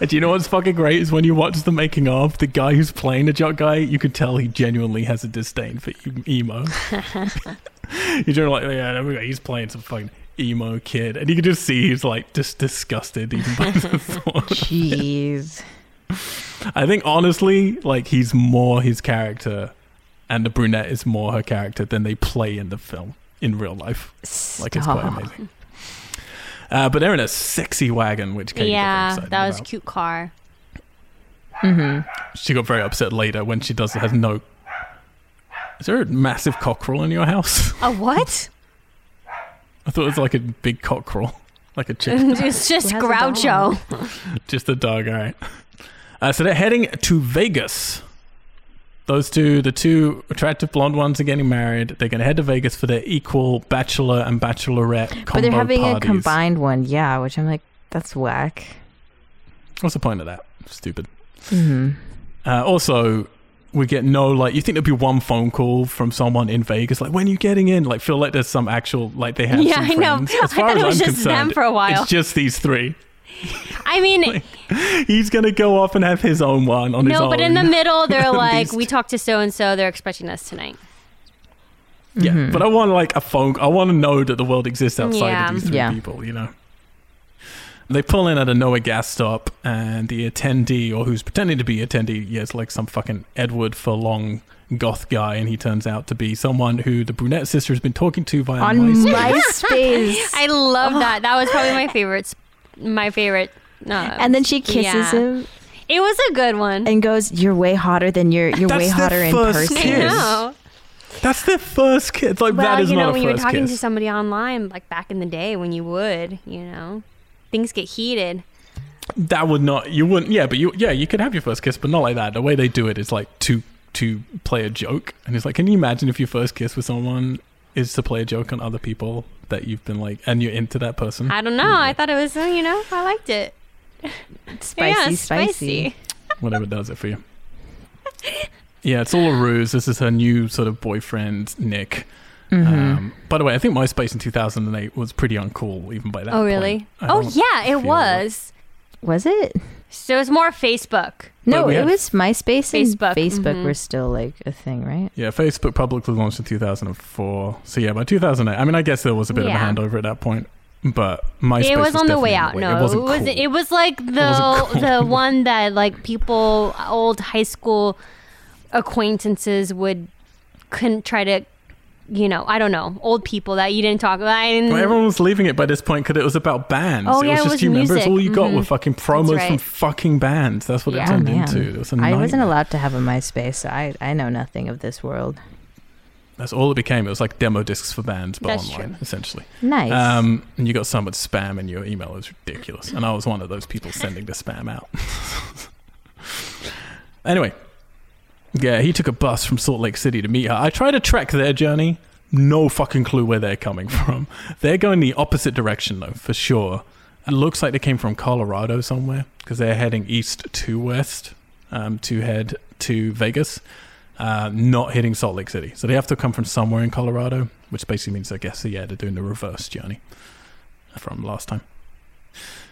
And Do you know what's fucking great is when you watch the making of the guy who's playing the jock guy, you could tell he genuinely has a disdain for e- (laughs) emo. You're doing like, "Oh, yeah, there we go. he's playing some fucking emo kid, and you can just see he's like just disgusted even by (laughs) the thought. Jeez. I think honestly, like he's more his character, and the brunette is more her character than they play in the film in real life. Like it's quite Stop. amazing. Uh, but they're in a sexy wagon, which Katie got very yeah. excited That was about. cute car. Mm-hmm. She got very upset later when she does has no. Is there a massive cockerel in your house? (laughs) A what? I thought it was like a big cockerel, like a (laughs) chicken, (laughs) it's just Who has a dog? Groucho. just a dog. All right. Uh, so they're heading to Vegas. Those two, the two attractive blonde ones, are getting married. They're going to head to Vegas for their equal bachelor and bachelorette combo But they're having parties. a combined one, yeah. Which I'm like, that's whack. What's the point of that? Stupid. Mm-hmm. Uh, also, we get no like. You think there'd be one phone call from someone in Vegas, like when are you getting in? Like, feel like there's some actual like they have. some Yeah, I know. friends. (laughs) I As far thought as it was I'm just them concerned, for a while. It's just these three. (laughs) I mean, He's gonna go off and have his own one on his own. no, but (laughs) in the middle, they're These like, two. we talked to so and so. They're expecting us tonight. yeah. Mm-hmm. Mm-hmm. But I want like a phone. I want to know that the world exists outside Yeah. of these three Yeah. people. You know. They pull in at a Noah gas stop, and the attendee, or who's pretending to be attendee, yeah, it's like some fucking Edward for long goth guy, and he turns out to be someone who the brunette sister has been talking to via On MySpace. (laughs) MySpace. I love that. That was (sighs) probably my favorite. My favorite. No. and then she kisses Yeah. him it was a good one. and goes, "You're way hotter than you're. You're That's way the hotter in first person." (laughs) I kiss. know. That's their first kiss. Like Well, that is you know, not a when you were first talking kiss. to somebody online, like back in the day when you would, you know, things get heated. that would not. You wouldn't. Yeah, but you. Yeah, you could have your first kiss, but not like that. The way they do it is like to to play a joke, and it's like, can you imagine if your first kiss with someone is to play a joke on other people that you've been like, and you're into that person? I don't know. I thought it was, uh, you know, I liked it. Spicy, yeah, spicy. Whatever does it for you. Yeah, it's all a ruse. This is her new sort of boyfriend, Nick. Mm-hmm. Mm-hmm. Um, by the way, I think MySpace in 2008 was pretty uncool, even by that. Oh point. really? I Oh don't yeah, feel it like- was. Was it? So it's more Facebook. Well, No, we it had- Mm-hmm. was MySpace and Facebook, Facebook, mhm. were still like a thing, right? Yeah, Facebook publicly launched in 2004. So yeah, by 2008. I mean, I guess there was a bit Yeah. of a handover at that point, but MySpace it was, on the way definitely out. No, it wasn't. cool. It was like the wasn't cool. (laughs) the one that like people, old high school acquaintances would couldn't try to, you know, I don't know, old people that you didn't talk about. I didn't- Well, everyone was leaving it by this point because it was about bands. Oh, it yeah, was it just was you remember it's music. all you got were Mhm. fucking promos right. from fucking bands. That's what it Yeah. Oh, turned man. into. It was a I wasn't nightmare. allowed to have a MySpace, so I, I know nothing of this world. That's all it became. It was like demo discs for bands, but That's online true. essentially. Nice. Um, and you got so much spam in your email; it was ridiculous. And I was one of those people sending the spam out. (laughs) anyway, yeah, he took a bus from Salt Lake City to meet her. I tried to track their journey. No fucking clue where they're coming (laughs) from. They're going the opposite direction though, for sure. It looks like they came from Colorado somewhere because they're heading east to west um, to head to Vegas uh, not hitting Salt Lake City. So they have to come from somewhere in Colorado, which basically means, I guess, yeah, they're doing the reverse journey from last time.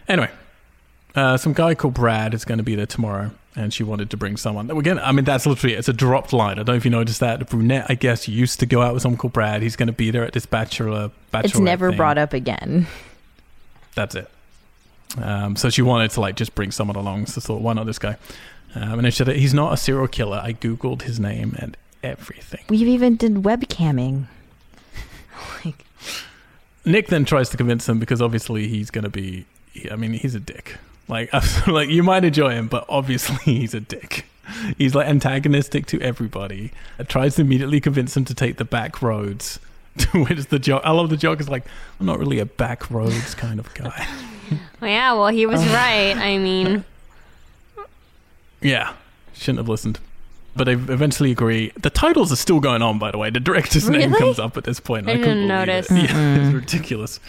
Anyway, uh, some guy called Brad is going to be there tomorrow, and she wanted to bring someone. Again, I mean, that's literally it's a dropped line. I don't know if you noticed that. The brunette, I guess, used to go out with someone called Brad. He's going to be there at this bachelor. bachelor it's never thing. brought up again. That's it. Um, so she wanted to like just bring someone along. So thought, why not this guy? Um, and I said, he's not a serial killer. I googled his name and everything. We even did webcamming. Like, Nick then tries to convince him because obviously he's going to be. I mean, he's a dick. Like, (laughs) like you might enjoy him, but obviously (laughs) he's a dick. He's like antagonistic to everybody. Uh, tries to immediately convince him to take the back roads. (laughs) To which the joke, I love the joke. Is like, I'm not really a back roads kind of guy. yeah, well, (laughs) he was right. I mean, Yeah, shouldn't have listened. But I eventually agree. The titles are still going on, by the way. The director's name Really? comes up at this point. I couldn't didn't believe notice. It. Yeah, it's ridiculous.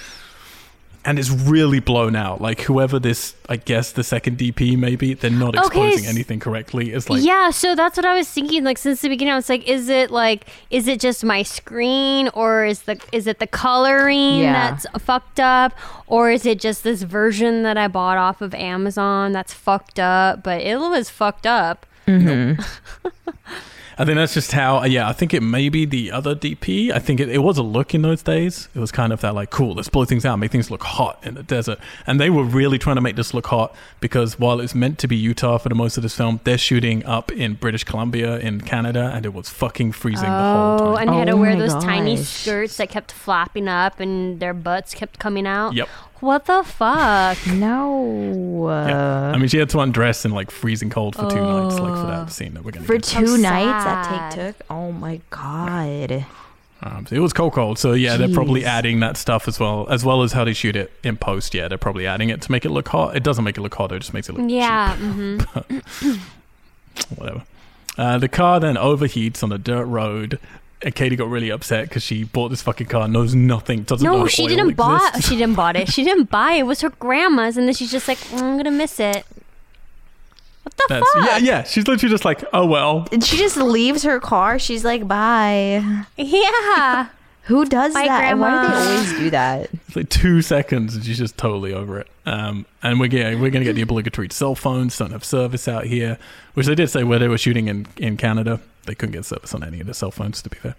And it's really blown out. Like whoever this, I guess the second DP, maybe they're not Okay, exposing s- anything correctly. It's like yeah. So that's what I was thinking. Like since the beginning, I was like, is it like, is it just my screen, or is the is it the coloring Yeah. that's fucked up, or is it just this version that I bought off of Amazon that's fucked up? But it was fucked up. Mm-hmm. I think that's just how. Yeah, I think it may be the other DP. I think it, it was a look in those days. It was kind of that like, cool, let's blow things out, make things look hot in the desert. And they were really trying to make this look hot because while it's meant to be Utah for the most of this film, they're shooting up in British Columbia in Canada, and it was fucking freezing the whole Oh, time. and they had to Oh wear my those tiny gosh. skirts that kept flapping up and their butts kept coming out. Yep. What the (laughs) fuck? no. Uh, yeah. I mean, she had to undress in like freezing cold for two nights, like for Oh. that scene that we're gonna for get. two nights sad. that take took. Oh my god. Um, so it was cold, cold. So yeah, they're probably Jeez. adding that stuff as well, as well as how they shoot it in post. Yeah, they're probably adding it to make it look hot. It doesn't make it look hotter; it just makes it look Yeah. hmm whatever. Uh, the car then overheats on a dirt road. And Katie got really upset because she bought this fucking car, knows nothing, doesn't know. No, how she oil didn't buy. exists. (laughs) She didn't bought it. She didn't buy it. It was her grandma's, and then she's just like, "Mm, I'm gonna miss it. What the That's, fuck? yeah, yeah. She's literally just like, oh well. And she just leaves her car. She's like, bye. (laughs) Yeah. Who does Bye, that? And Why do Grandma. they always do (laughs) that? It's (laughs) like two seconds, and she's just totally over it. Um, and we're yeah, we're gonna get the obligatory cell phones don't have service out here, which they did say where they were shooting in in Canada, they couldn't get service on any of the cell phones. To be fair,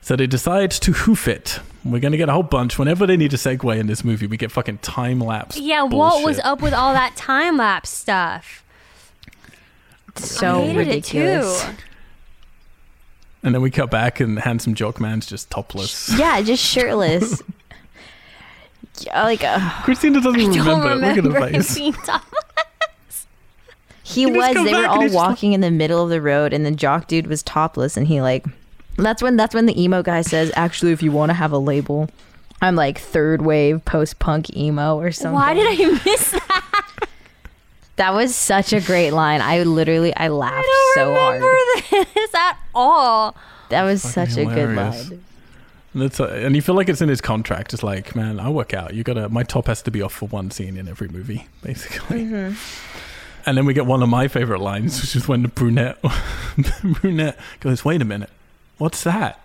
so they decide to hoof it. We're gonna get a whole bunch. Whenever they need a segue in this movie, we get fucking time lapse. Yeah. What was bullshit. up with all that time lapse stuff? So I hated (laughs) ridiculous. it too. And then we cut back, and handsome jock man's just topless. Yeah, just shirtless. (laughs) Yeah, like uh, (laughs) Christina doesn't I remember. don't Look remember at her him face. being (laughs) topless. he just was. come They back were and all he's just like- walking in the middle of the road, and the jock dude was topless, and he like. That's when that's when the emo guy says, "Actually, if you want to have a label, I'm like third wave post punk emo or something." Why did I miss that? (laughs) That was such a great line. I literally I laughed I so don't hard. remember this at all. That was Fucking such a hilarious. good line. And, it's, uh, and you feel like it's in his contract. It's like, man, I work out. You gotta. My top has to be off for one scene in every movie, basically. And then we get one of my favorite lines, which is when the brunette, (laughs) the brunette goes, "Wait a minute, what's that?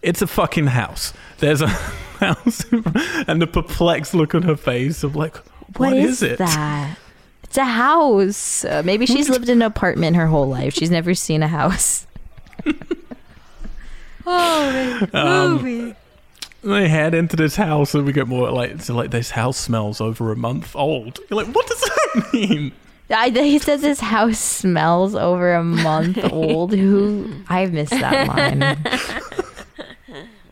It's a fucking house. There's a (laughs) house." and the perplexed look on her face of like, What is, it?" that? It's a house. Uh, (laughs) maybe she's lived in an apartment her whole life. She's never seen a house. Oh, Um, movie. they head into this house and we get more like so like this house smells over a month old you're like what does that (laughs) mean I, he says his house smells over a month old. Who I missed that line.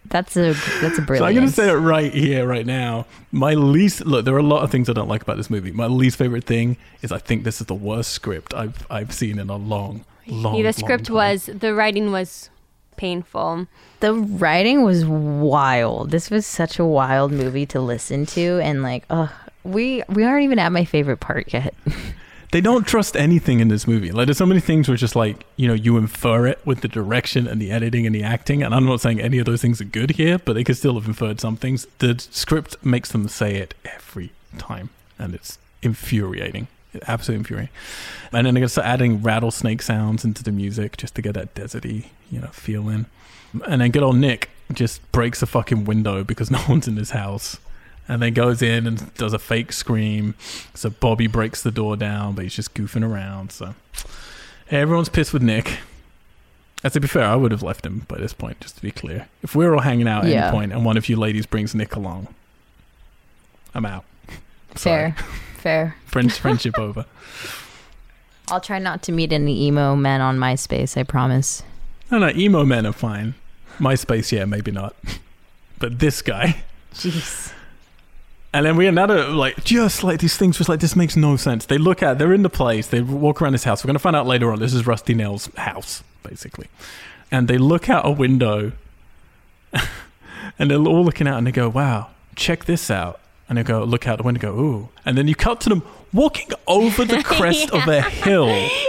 That's a that's a brilliant. so i'm gonna say it right here right now my least look there are a lot of things i don't like about this movie my least favorite thing is i think this is the worst script i've i've seen in a long long long Yeah, the script time. was the writing was painful. the writing was wild. This was such a wild movie to listen to, and like, ugh, we we aren't even at my favorite part yet. they don't trust anything in this movie. Like there's so many things where it's just like, you know, you infer it with the direction and the editing and the acting. And I'm not saying any of those things are good here, but they could still have inferred some things. The script makes them say it every time. And it's infuriating. Absolutely infuriating. And then they start adding rattlesnake sounds into the music just to get that deserty, you know, feeling. And then good old Nick just breaks a fucking window because (laughs) no one's in his house. And then goes in and does a fake scream. So Bobby breaks the door down, but he's just goofing around. So everyone's pissed with Nick. And to be fair, I would have left him by this point, just to be clear. If we're all hanging out at Yeah. any point and one of you ladies brings Nick along, I'm out. (laughs) Sorry. Fair, fair. Friends, friendship over. I'll try not to meet any emo men on MySpace. I promise. (laughs) No, no, emo men are fine. MySpace, yeah, maybe not. (laughs) But this guy. Jeez. And then we another like just like these things was like this makes no sense. They look at they're in the place, they walk around his house. We're gonna find out later on this is Rusty Nail's house, basically. And they look out a window (laughs) and they're all looking out and they go, Wow, check this out. And they go, look out the window, go, ooh. And then you cut to them walking over the crest of (laughs) a hill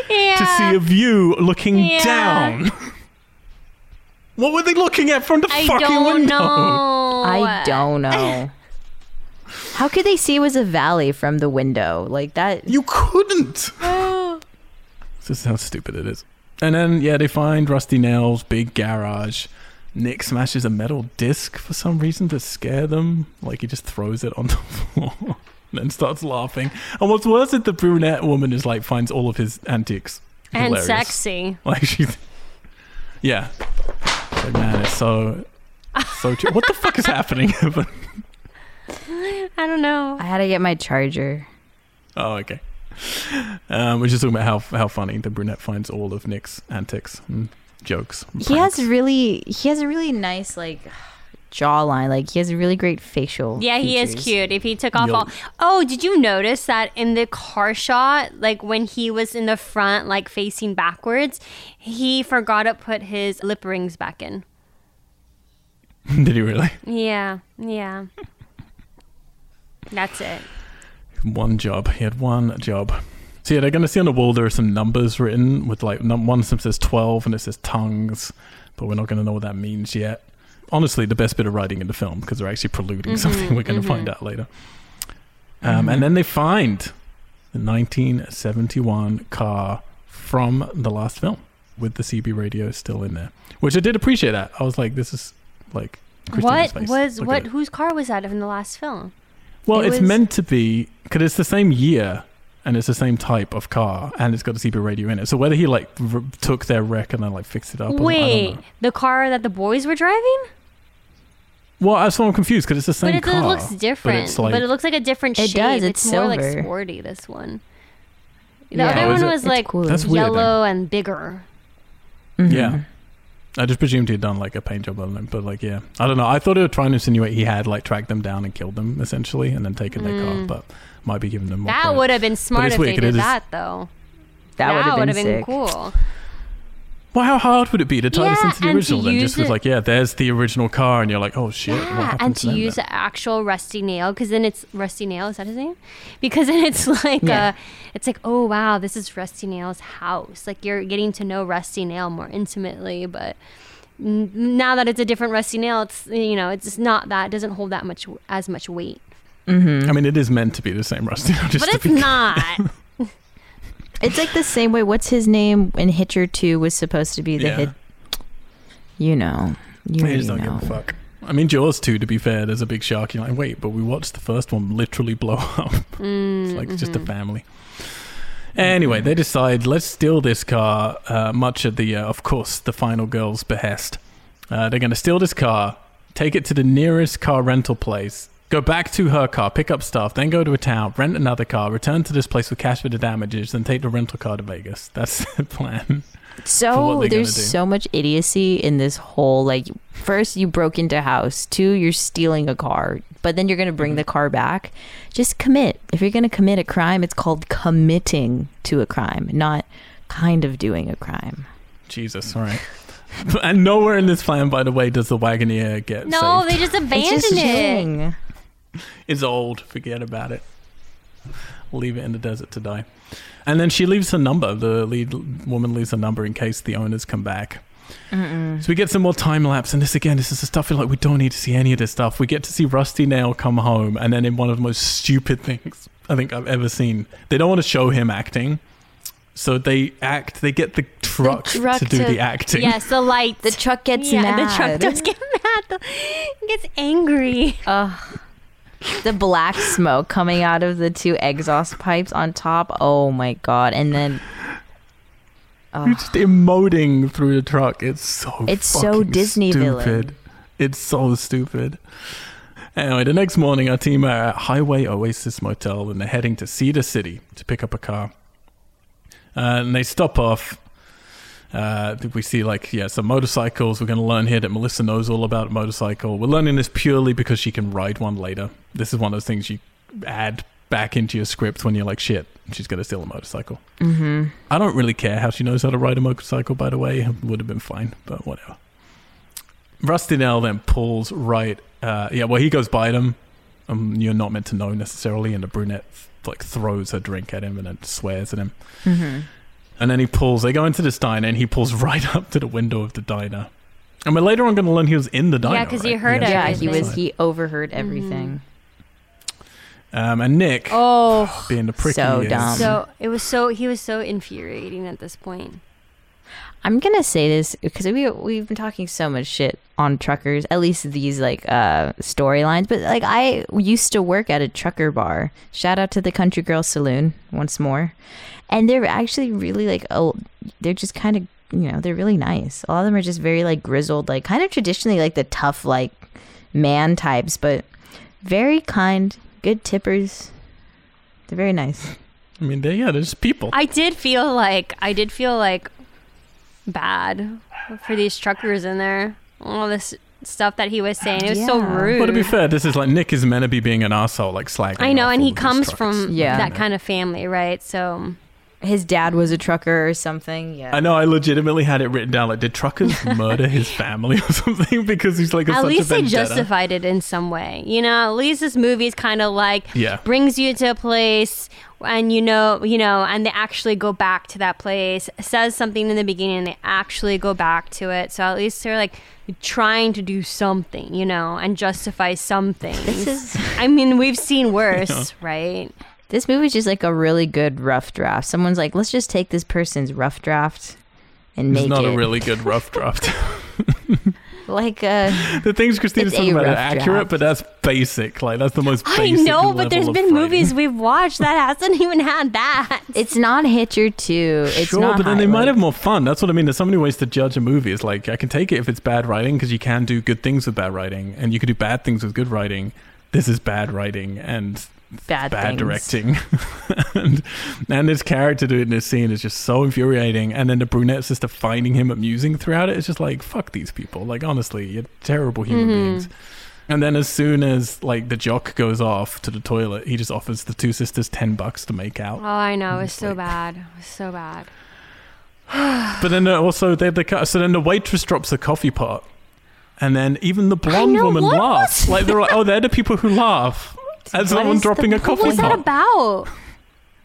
Yeah. to see a view looking Yeah. down. (laughs) what were they looking at from the I fucking don't window? know. I (gasps) don't know. How could they see it was a valley from the window? Like that. You couldn't. Oh. this is how stupid it is. And then yeah, they find Rusty Nail's big garage. Nick smashes a metal disc for some reason to scare them. Like he just throws it on the (laughs) floor and then starts laughing. And what's worse is the brunette woman is like finds all of his antics And hilarious. sexy. Like she's, yeah. Like, man, it's so, so. Tr- what the fuck is happening? (laughs) I don't know. I had to get my charger. oh, okay. Um, we're just talking about how how funny the brunette finds all of Nick's antics, and jokes. and He has pranks. (laughs) really. He has a really nice like jawline. Like he has a really great facial. Yeah, he is features. cute. If he took off Yo. all. Oh, did you notice that in the car shot, like when he was in the front, like facing backwards, he forgot to put his lip rings back in. Did he really? Yeah, yeah. That's it. One job. He had one job. So yeah, they're going to see on the wall there are some numbers written with like num- one of them says twelve and it says tongues, but we're not going to know what that means yet. Honestly, the best bit of writing in the film because they're actually preluding Mm-hmm, something (laughs) we're going to find out later. Um, And then they find the 1971 car from the last film with the CB radio still in there, which I did appreciate. That I was like, this is like Christina's what face. was Look at what? it. Whose car was that in the last film? Well, It it's was- meant to be because it's the same year and it's the same type of car and it's got a CB radio in it. So whether he like r- took their wreck and then like fixed it up, or- I Wait, don't know. the car that the boys were driving, Well, I so I'm confused because it's the but same it car, looks different. But it's like it looks like a different It shape. does, It's, it's more like silver. sporty. This one. The Yeah. other Oh, is one it? was It's like cooler. That's weird, yellow and bigger. Mm-hmm. yeah. I just presumed he'd done like a paint job on them, but like yeah, I don't know. I thought it would try and insinuate he had like tracked them down and killed them essentially, and then taken their car, but might be giving them more Mm. That credit. would have been smart it's if weird, they 'cause it did is- that, though. That, would have been, would've sick. cool. Well, how hard would it be to tie this into Yeah, the and to original? Then just use was it- like, yeah, there's the original car, and you're like, oh shit, what Yeah, happened and to, to them use then? an actual rusty nail, because then it's rusty nail. Is that his name? Because then it's (laughs) like, Yeah. uh, it's like, oh wow, this is Rusty Nail's house. Like you're getting to know Rusty Nail more intimately, but n- now that it's a different rusty nail, it's you know it's just not that doesn't hold that much as much weight. Mm-hmm. I mean, it is meant to be the same rusty (laughs) nail. Just But to it's be clear. (laughs) not. It's like the same way. What's his name in Hitcher Two was supposed to be the Yeah. hit. You know, you, I just already don't give a know. fuck. I mean, Jaws 2, to be fair, there's a big shark. You're like, wait, but we watched the first one literally (laughs) blow up. it's Mm. like just Mm-hmm. a family. Anyway, they decide, let's steal this car, uh, much at the, uh, of course, the final girl's behest. Uh, they're going to steal this car, take it to the nearest car rental place, go back to her car, pick up stuff, then go to a town, rent another car, return to this place with cash for the damages, then take the rental car to Vegas. That's (laughs) the plan. for what So they're gonna there's do. so much idiocy in this whole like. First, you broke into house. Two, you're stealing a car, but then you're gonna Mm-hmm. bring the car back. Just commit. If you're gonna commit a crime, it's called committing to a crime, not kind of doing a crime. Jesus, all right. (laughs) and nowhere in this plan, by the way, does the Wagoneer get No, saved. they just abandoned It's just it. chilling. It's old. Forget about it. Leave it in the desert to die. And then she leaves her number. The lead l- woman leaves her number in case the owners come back. So we get some more time lapse, and this again, this is the stuff you're like, we don't need to see any of this stuff. We get to see Rusty Nail come home, and then in one of the most stupid things I think I've ever seen, they don't want to show him acting, so they act. They get the truck, truck to do to- the acting. Yes, (laughs) the light. The truck gets yeah, mad. the truck does (laughs) get (laughs) mad. The- It gets angry. the black smoke coming out of the two exhaust pipes on top. Oh my god! And then You're just emoting through the truck. It's so Ah. It's so fucking Disney stupid. villain. It's so stupid. Anyway, the next morning, our team are at Highway Oasis Motel and they're heading to Cedar City to pick up a car. Uh, and they stop off. Uh, we see, like, yeah, some motorcycles. We're going to learn here that Melissa knows all about motorcycle. We're learning this purely because she can ride one later. This is one of those things you add back into your script when you're like, shit, she's going to steal a motorcycle. Mm-hmm. I don't really care how she knows how to ride a motorcycle, by the way. It would have been fine, but whatever. Rusty Nell then pulls right. Uh, yeah, well, he goes by them. Um, you're not meant to know necessarily. And the brunette like throws her drink at him and then swears at him. Mm-hmm. And then he pulls. They go into this diner and he pulls (laughs) right up to the window of the diner. And we're later on going to learn he was in the diner. Yeah, 'cause he right? heard He it. yeah, actually he was inside. he overheard everything. Um, and Nick, (laughs) Oh, being the prick So he is, dumb. so it was so he was so infuriating at this point. I'm gonna say this because we we've been talking so much shit on truckers, at least these like uh storylines. But like I used to work at a trucker bar. Shout out to the Country Girl Saloon once more, and they're actually really like oh they're just kind of you know they're really nice. A lot of them are just very like grizzled, like kind of traditionally like the tough like man types, but very kind, good tippers. They're very nice. I mean, they, yeah, there's people. I did feel like I did feel like bad for these truckers in there. All this stuff that he was saying, it was so Yeah. rude. well, (laughs) to be fair, this is like Nick is meant to be being an asshole, like slagging. I know, off and all he of these comes truckers. from Yeah. that kind of family, right? So His dad was a trucker or something. Yeah. I know I legitimately had it written down like did (laughs) truckers murder his family or something because he's like at such least a they vendetta. justified it in some way. You know, at least this movie is kind of like Yeah. brings you to a place and you know, you know, and they actually go back to that place. Says something in the beginning and they actually go back to it. So at least they're like trying to do something, you know, and justify something. This is I mean, (laughs) we've seen worse, right? This movie's just like a really good rough draft. Someone's like, let's just take this person's rough draft and make It's not it a really good rough (laughs) draft. like uh the things Christina's It's talking a about are rough accurate, draft. but that's basic. Like that's the most. I Basic know, but there's level of been writing. movies we've watched that hasn't even (laughs) had that. it's not Hitcher two. It's sure, not but then they might Highway. have more fun. That's what I mean. There's so many ways to judge a movie. It's like I can take it if it's bad writing because you can do good things with bad writing, and you can do bad things with good writing. This is bad writing, and bad, bad things. directing. (laughs) and, and his character doing this scene is just so infuriating. And then the brunette's just finding him amusing throughout it. It's just like, fuck these people. Like, honestly, you're terrible human Mm-hmm. beings. And then as soon as like the jock goes off to the toilet, he just offers the two sisters 10 bucks to make out. Oh, I know. It was so like- bad. It was so bad. Ah. But then uh, also they have the cu- so then the waitress drops the coffee pot. And then even the blonde know, woman what laughs. (laughs) was- Like they're like, oh, they're the people who laugh at What someone is the dropping a point? coffee What was pot. that about?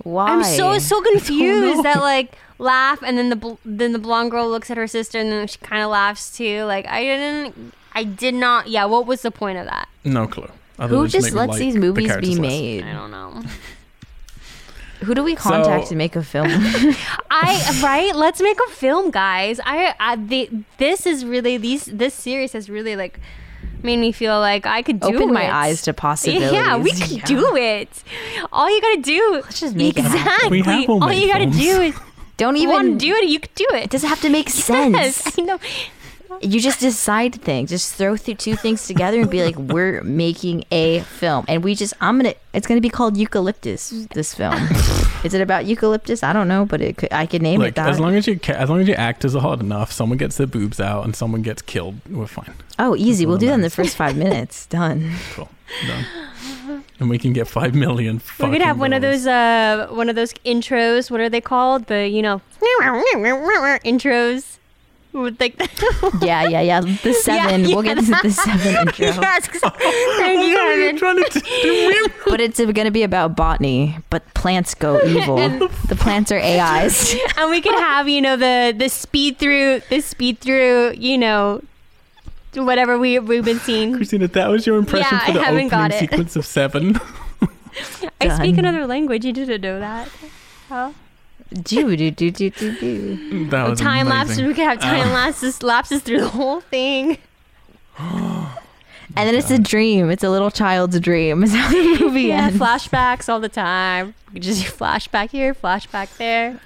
Why? I'm so so confused that like laugh and then the bl- then the blonde girl looks at her sister and then she kind of laughs too. Like I didn't, I did not. Yeah, what was the point of that? No clue. Other Who than just make me lets like these the movies characters be less. I made? don't know. Who do we contact So- to make a (laughs) film? (laughs) I right? Let's make a film, guys. I, I the, this is really these this series has really like made me feel like I could do Open it. my eyes to possibilities. (laughs) Yeah, we could do it. All you gotta do Let's just make it happen. We exactly. have all all made you gotta films. do is Don't (laughs) you even want to do it. You could do it. It doesn't have to make sense. (laughs) Yes, I know. You just decide things. Just throw th- two things together and be like, we're making a film. And we just, I'm gonna. It's gonna be called Eucalyptus. This film. Is it about eucalyptus? I don't know, but it could. I could name it Like that. as long as you ca- as long as your actors are hard enough, someone gets their boobs out and someone gets killed, we're fine. oh, easy. We'll do that in the Nice. first (laughs) five minutes. Done. Cool, done. (laughs) and we can get five million. We're gonna have one of those uh one of those intros. What are they called? The you know intros with like (laughs) Yeah, yeah, yeah. The seven. yeah. We'll get into the seven intro. (laughs) yes. Thank you, What are you Evan. trying to do? But it's going to be about botany. But (laughs) plants go evil. the plants are AIs. and we could have you know the the speed through the speed through you know whatever we we've been seeing. Christina, that was your impression Yeah, for I the haven't opening got it. sequence of Seven. (laughs) I speak Done. another language. You didn't know that. Oh. do do do do do do. that was Time lapses. amazing. We could have time lapses lapses through the whole thing. And then it's a dream. It's a little child's dream. (laughs) Is how the movie Yeah, ends. flashbacks all the time. We Just (laughs) do flashback here, flashback there.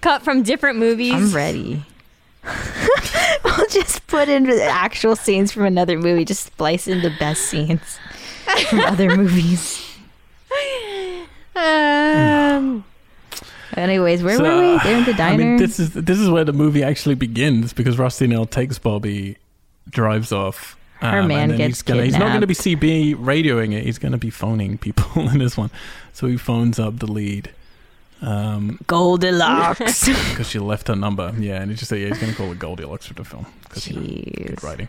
Cut from different movies. I'm ready. (laughs) we'll just put in the actual scenes from another movie. Just splice in the best scenes (laughs) from other movies. Um, Anyways, where So, were we? They're in the I diner. mean, this is this is where the movie actually begins because Rusty Nail takes Bobby, drives off. um, Her man then gets he's gonna, He's not going to be kidnapped. CB radioing it. He's going to be phoning people (laughs) in this one. So he phones up the lead Um, because (laughs) Goldilocks. she left her number. Yeah, and he just said, yeah, he's going to call it Goldilocks for the film because you know, good (laughs) Jeez. writing.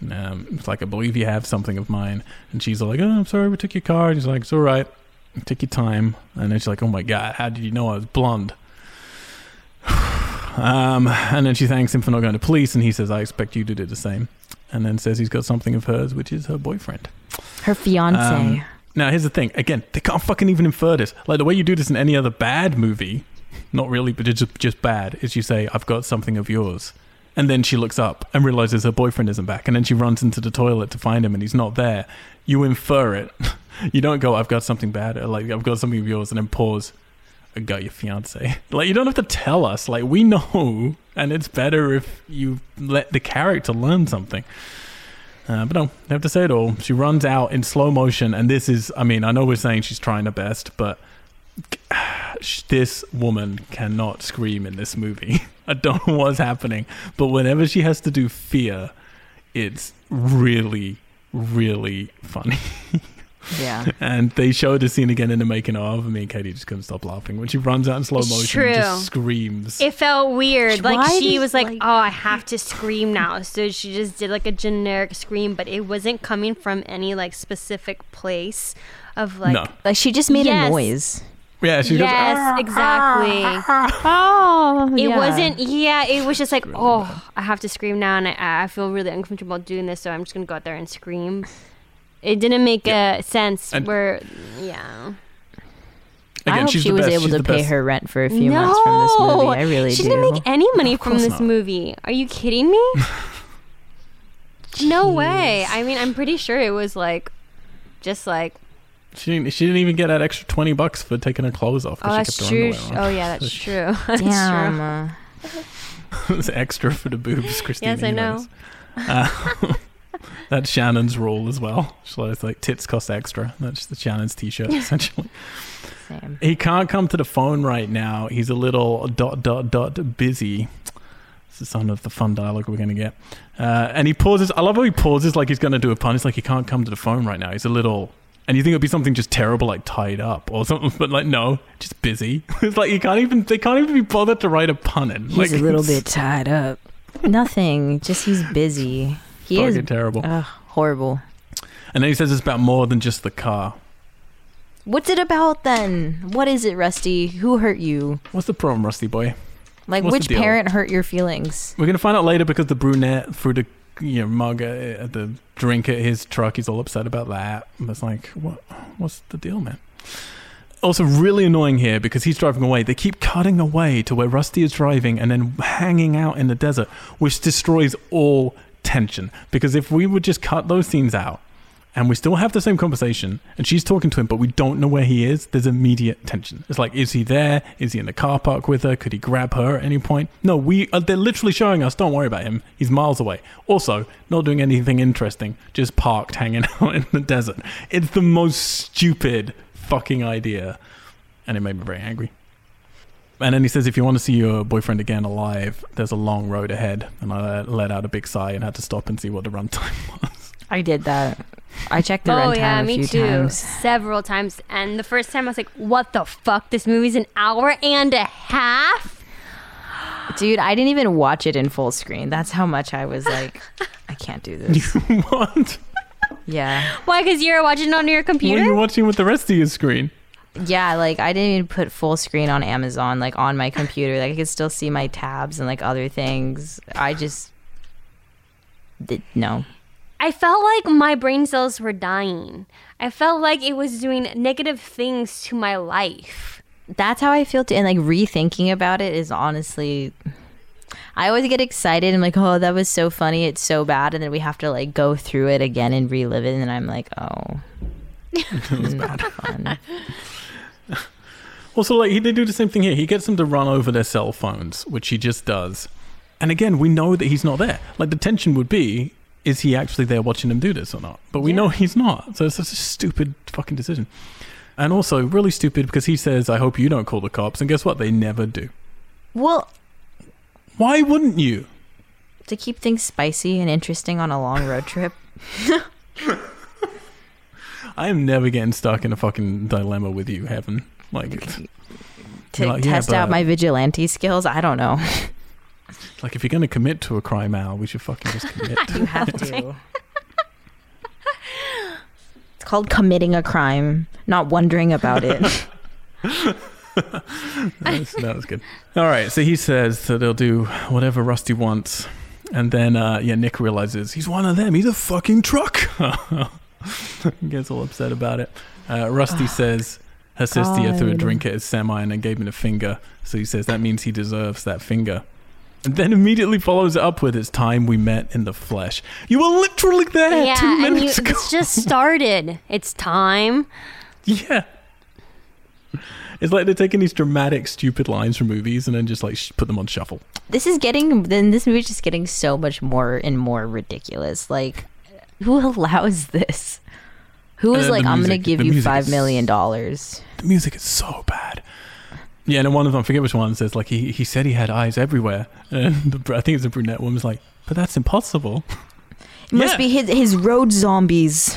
And, um, it's like, I believe you have something of mine. And she's like, oh, I'm sorry, we took your car. And he's like, it's all right. Take your time. And then she's like, oh my God, how did you know I was blonde? (sighs) um, and then she thanks him for not going to police. And he says, I expect you to do the same. And then says he's got something of hers, which is her boyfriend. Her fiance. Um, Now, here's the thing. Again, they can't fucking even infer this. Like, the way you do this in any other bad movie, not really, but it's just, just bad, is you say, I've got something of yours. And then she looks up and realizes her boyfriend isn't back. And then she runs into the toilet to find him and he's not there. You infer it. (laughs) You don't go, I've got something bad, or like, I've got something of yours, and then pause. I got your fiance. (laughs) Like, you don't have to tell us. Like, we know. (laughs) And it's better if you let the character learn something. Uh, but no, don't have to say it all. She runs out in slow motion, and this is, I mean, I know we're saying she's trying her best, but (sighs) sh- this woman cannot scream in this movie. (laughs) I don't know what's happening, but whenever she has to do fear, it's really, really funny. (laughs) yeah. And they showed the scene again in the making of, and me and Katie just couldn't stop laughing. When she runs out in slow It's motion and true. just screams. it felt weird. Like Why she did- was like, like- "Oh, I have to scream now." So she just did like a generic scream, but it wasn't coming from any like specific place of like. no. (laughs) Like she just made Yes. a noise. Yeah, she goes, Yes, Ah, exactly. Oh, It wasn't. Yeah, it was just like, oh, I have to scream now, and I, I feel really uncomfortable doing this, so I'm just gonna go out there and scream. It didn't make uh, sense. And- where, yeah, again, I hope she's she the was best. able she's to the pay best. her rent for a few months from this movie. I really she do. didn't make any money from course this not. movie. Are you kidding me? no way. I mean, I'm pretty sure it was like, just like, She didn't, she didn't even get that extra 20 bucks for taking her clothes off. 'cause oh, she that's kept true. Her underwear on. Oh, (laughs) yeah, that's true. (laughs) that's (laughs) Damn. true. (laughs) uh, it's extra for the boobs, Christina. Oh. (laughs) Yes, I you know. this. Uh, that's Shannon's rule as well. She's like, it's like, tits cost extra. That's the Shannon's (laughs) t-shirt, essentially. same. He can't come to the phone right now. He's a little dot, dot, dot busy. It's the sound of the fun dialogue we're going to get. Uh, and he pauses. I love how he pauses like he's going to do a pun. It's like he can't come to the phone right now. He's a little... And you think it would be something just terrible, like tied up or something, (laughs) but like no, just busy. (laughs) It's like you can't even they can't even be bothered to write a pun in. like, it's tied up. Nothing. Just he's busy. He fucking is terrible. ugh, horrible. And then he says it's about more than just the car. What's it about then? What is it, Rusty? Who hurt you? What's the problem, Rusty boy? Like What's the which deal? parent hurt your feelings? We're gonna find out later because the brunette threw the you know mug at, at the drink at his truck. He's all upset about that. And it's like, what? What's the deal, man? Also, really annoying here because he's driving away. They keep cutting away to where Rusty is driving and then hanging out in the desert, which destroys all tension. Because if we would just cut those scenes out and we still have the same conversation and she's talking to him, but we don't know where he is, there's immediate tension. It's like, is he there? Is he in the car park with her? Could he grab her at any point? No, we uh, they're literally showing us, don't worry about him. He's miles away. Also, not doing anything interesting, just parked hanging (laughs) out in the desert. It's the most stupid fucking idea. And it made me very angry. And then he says, if you want to see your boyfriend again alive, there's a long road ahead. And I let out a big sigh and had to stop and see what the runtime (laughs) was. I did that. I checked the Oh runtime yeah, a me few too. times. Several times. And the first time I was like, "What the fuck? This movie's an hour and a half." Dude, I didn't even watch it in full screen. That's how much I was like, I can't (laughs) do this. what? Yeah. Why? Because you're watching it on your What computer. are you watching with the rest of your screen? Yeah, like I didn't even put full screen on Amazon, like on my computer. Like I could still see my tabs and like other things. I just did, no. I felt like my brain cells were dying. I felt like it was doing negative things to (laughs) my life. that's how I feel too. And like rethinking about it is honestly, I always get excited. I'm like, oh, that was so funny. It's so bad. And then we have to like go through it again and relive it. And I'm like, oh. not fun. Also, like he, they do the same thing here. He gets them to run over their cell phones, which he just does. And again, we know that he's not there. Like the tension would be, is he actually there watching them do this or not? But we know he's not. So it's such a stupid fucking decision. And also really stupid because he says, "I hope you don't call the cops." And guess what? They never do. Well, Why wouldn't you? to keep things spicy and interesting on a long road trip. I am never getting stuck in a fucking dilemma with you, Heaven. Like it's To Well, yeah, test out but- my vigilante skills, I don't know. like if you're going to commit to a crime, Al, we should fucking just commit. You have to. it's called committing a crime, not wondering about it. that, was, that was good. All right, so he says that they'll do whatever Rusty wants, and then uh, yeah, Nick realizes he's one of them. He's a fucking truck. (laughs) Gets all upset about it. Uh, Oh, Rusty says her sister threw a God. drink at his semi and then gave him a finger. So he says that means he deserves that finger. And then immediately follows it up with "It's time we met in the flesh." You were literally there yeah, two and you, minutes ago. (laughs) it's just started. It's time. Yeah. It's like they're taking these dramatic, stupid lines from movies and then just like sh- put them on shuffle. this is getting then this movie's just getting so much more and more ridiculous like who allows this who And is then like Uh, the i'm gonna music- give the you music five is- million dollars The music is so bad. Yeah, and then one of them, I forget which one, says like he, he said he had eyes everywhere, and (laughs) the, br- I think it's a brunette woman's like, but that's impossible. it must Yeah. be his his road zombies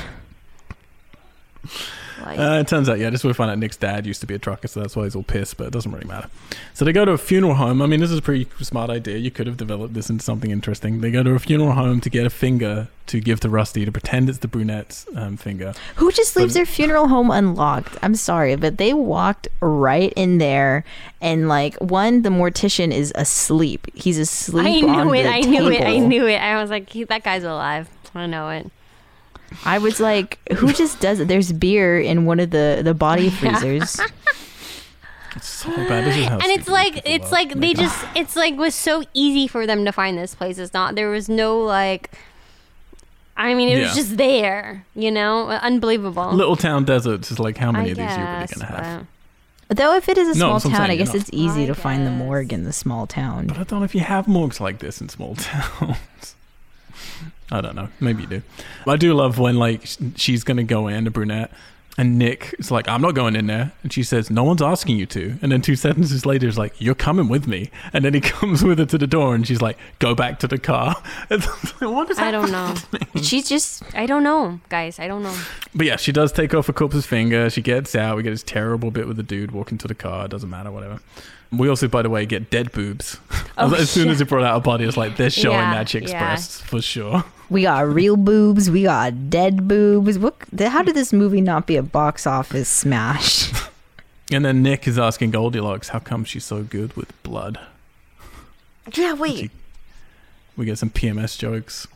like, Uh, it turns out, yeah, this is where we find out Nick's dad used to be a trucker, so that's why he's all pissed, but it doesn't really matter. So they go to a funeral home. I mean, this is a pretty smart idea. You could have developed this into something interesting. They go to a funeral home to get a finger to give to Rusty to pretend it's the brunette's um, finger. who just leaves their funeral home unlocked i'm sorry but they walked right in there and like one the mortician is asleep he's asleep I on knew it. the I knew it. I table. knew it. I was like, he, that guy's alive. I know it. I was like, who just does it? There's beer in one of the the (laughs) body freezers. It's so bad. This is how and it's stupid like people it's are. like they just it's like was so easy for them to find this place it's not there was no like i mean it Yeah. was just there you know unbelievable Little town deserts is like how many I of these you're really guess, gonna have? Though if it is No, a small that's what I'm town, I saying, guess yeah. it's easy I to find the guess. morgue in the small town. But I don't know if you have morgues like this in small (laughs) towns. I don't know. Maybe you do. But I do love when like sh- she's gonna go in, a brunette, and Nick is like, "I'm not going in there," and she says, "No one's asking you to." And then two (laughs) sentences later, is like, "You're coming with me," and then he (laughs) comes with her to the door, and she's like, "Go back to the car." (laughs) what is but i that? (laughs) don't know She's just i don't know guys i don't know But yeah, she does take off a corpse's finger. She gets out. We get this terrible bit with the dude walking to the car. It doesn't matter, whatever. We also, by the way, get dead boobs. (laughs) Oh, as soon shit. as it brought out a body, it's like they're showing Yeah, that chick yeah. breasts for sure. We got real boobs. We got dead boobs. What? How did this movie not be a box office smash? (laughs) And then Nick is asking Goldilocks, how come she's so good with blood? yeah, wait. We get some PMS jokes.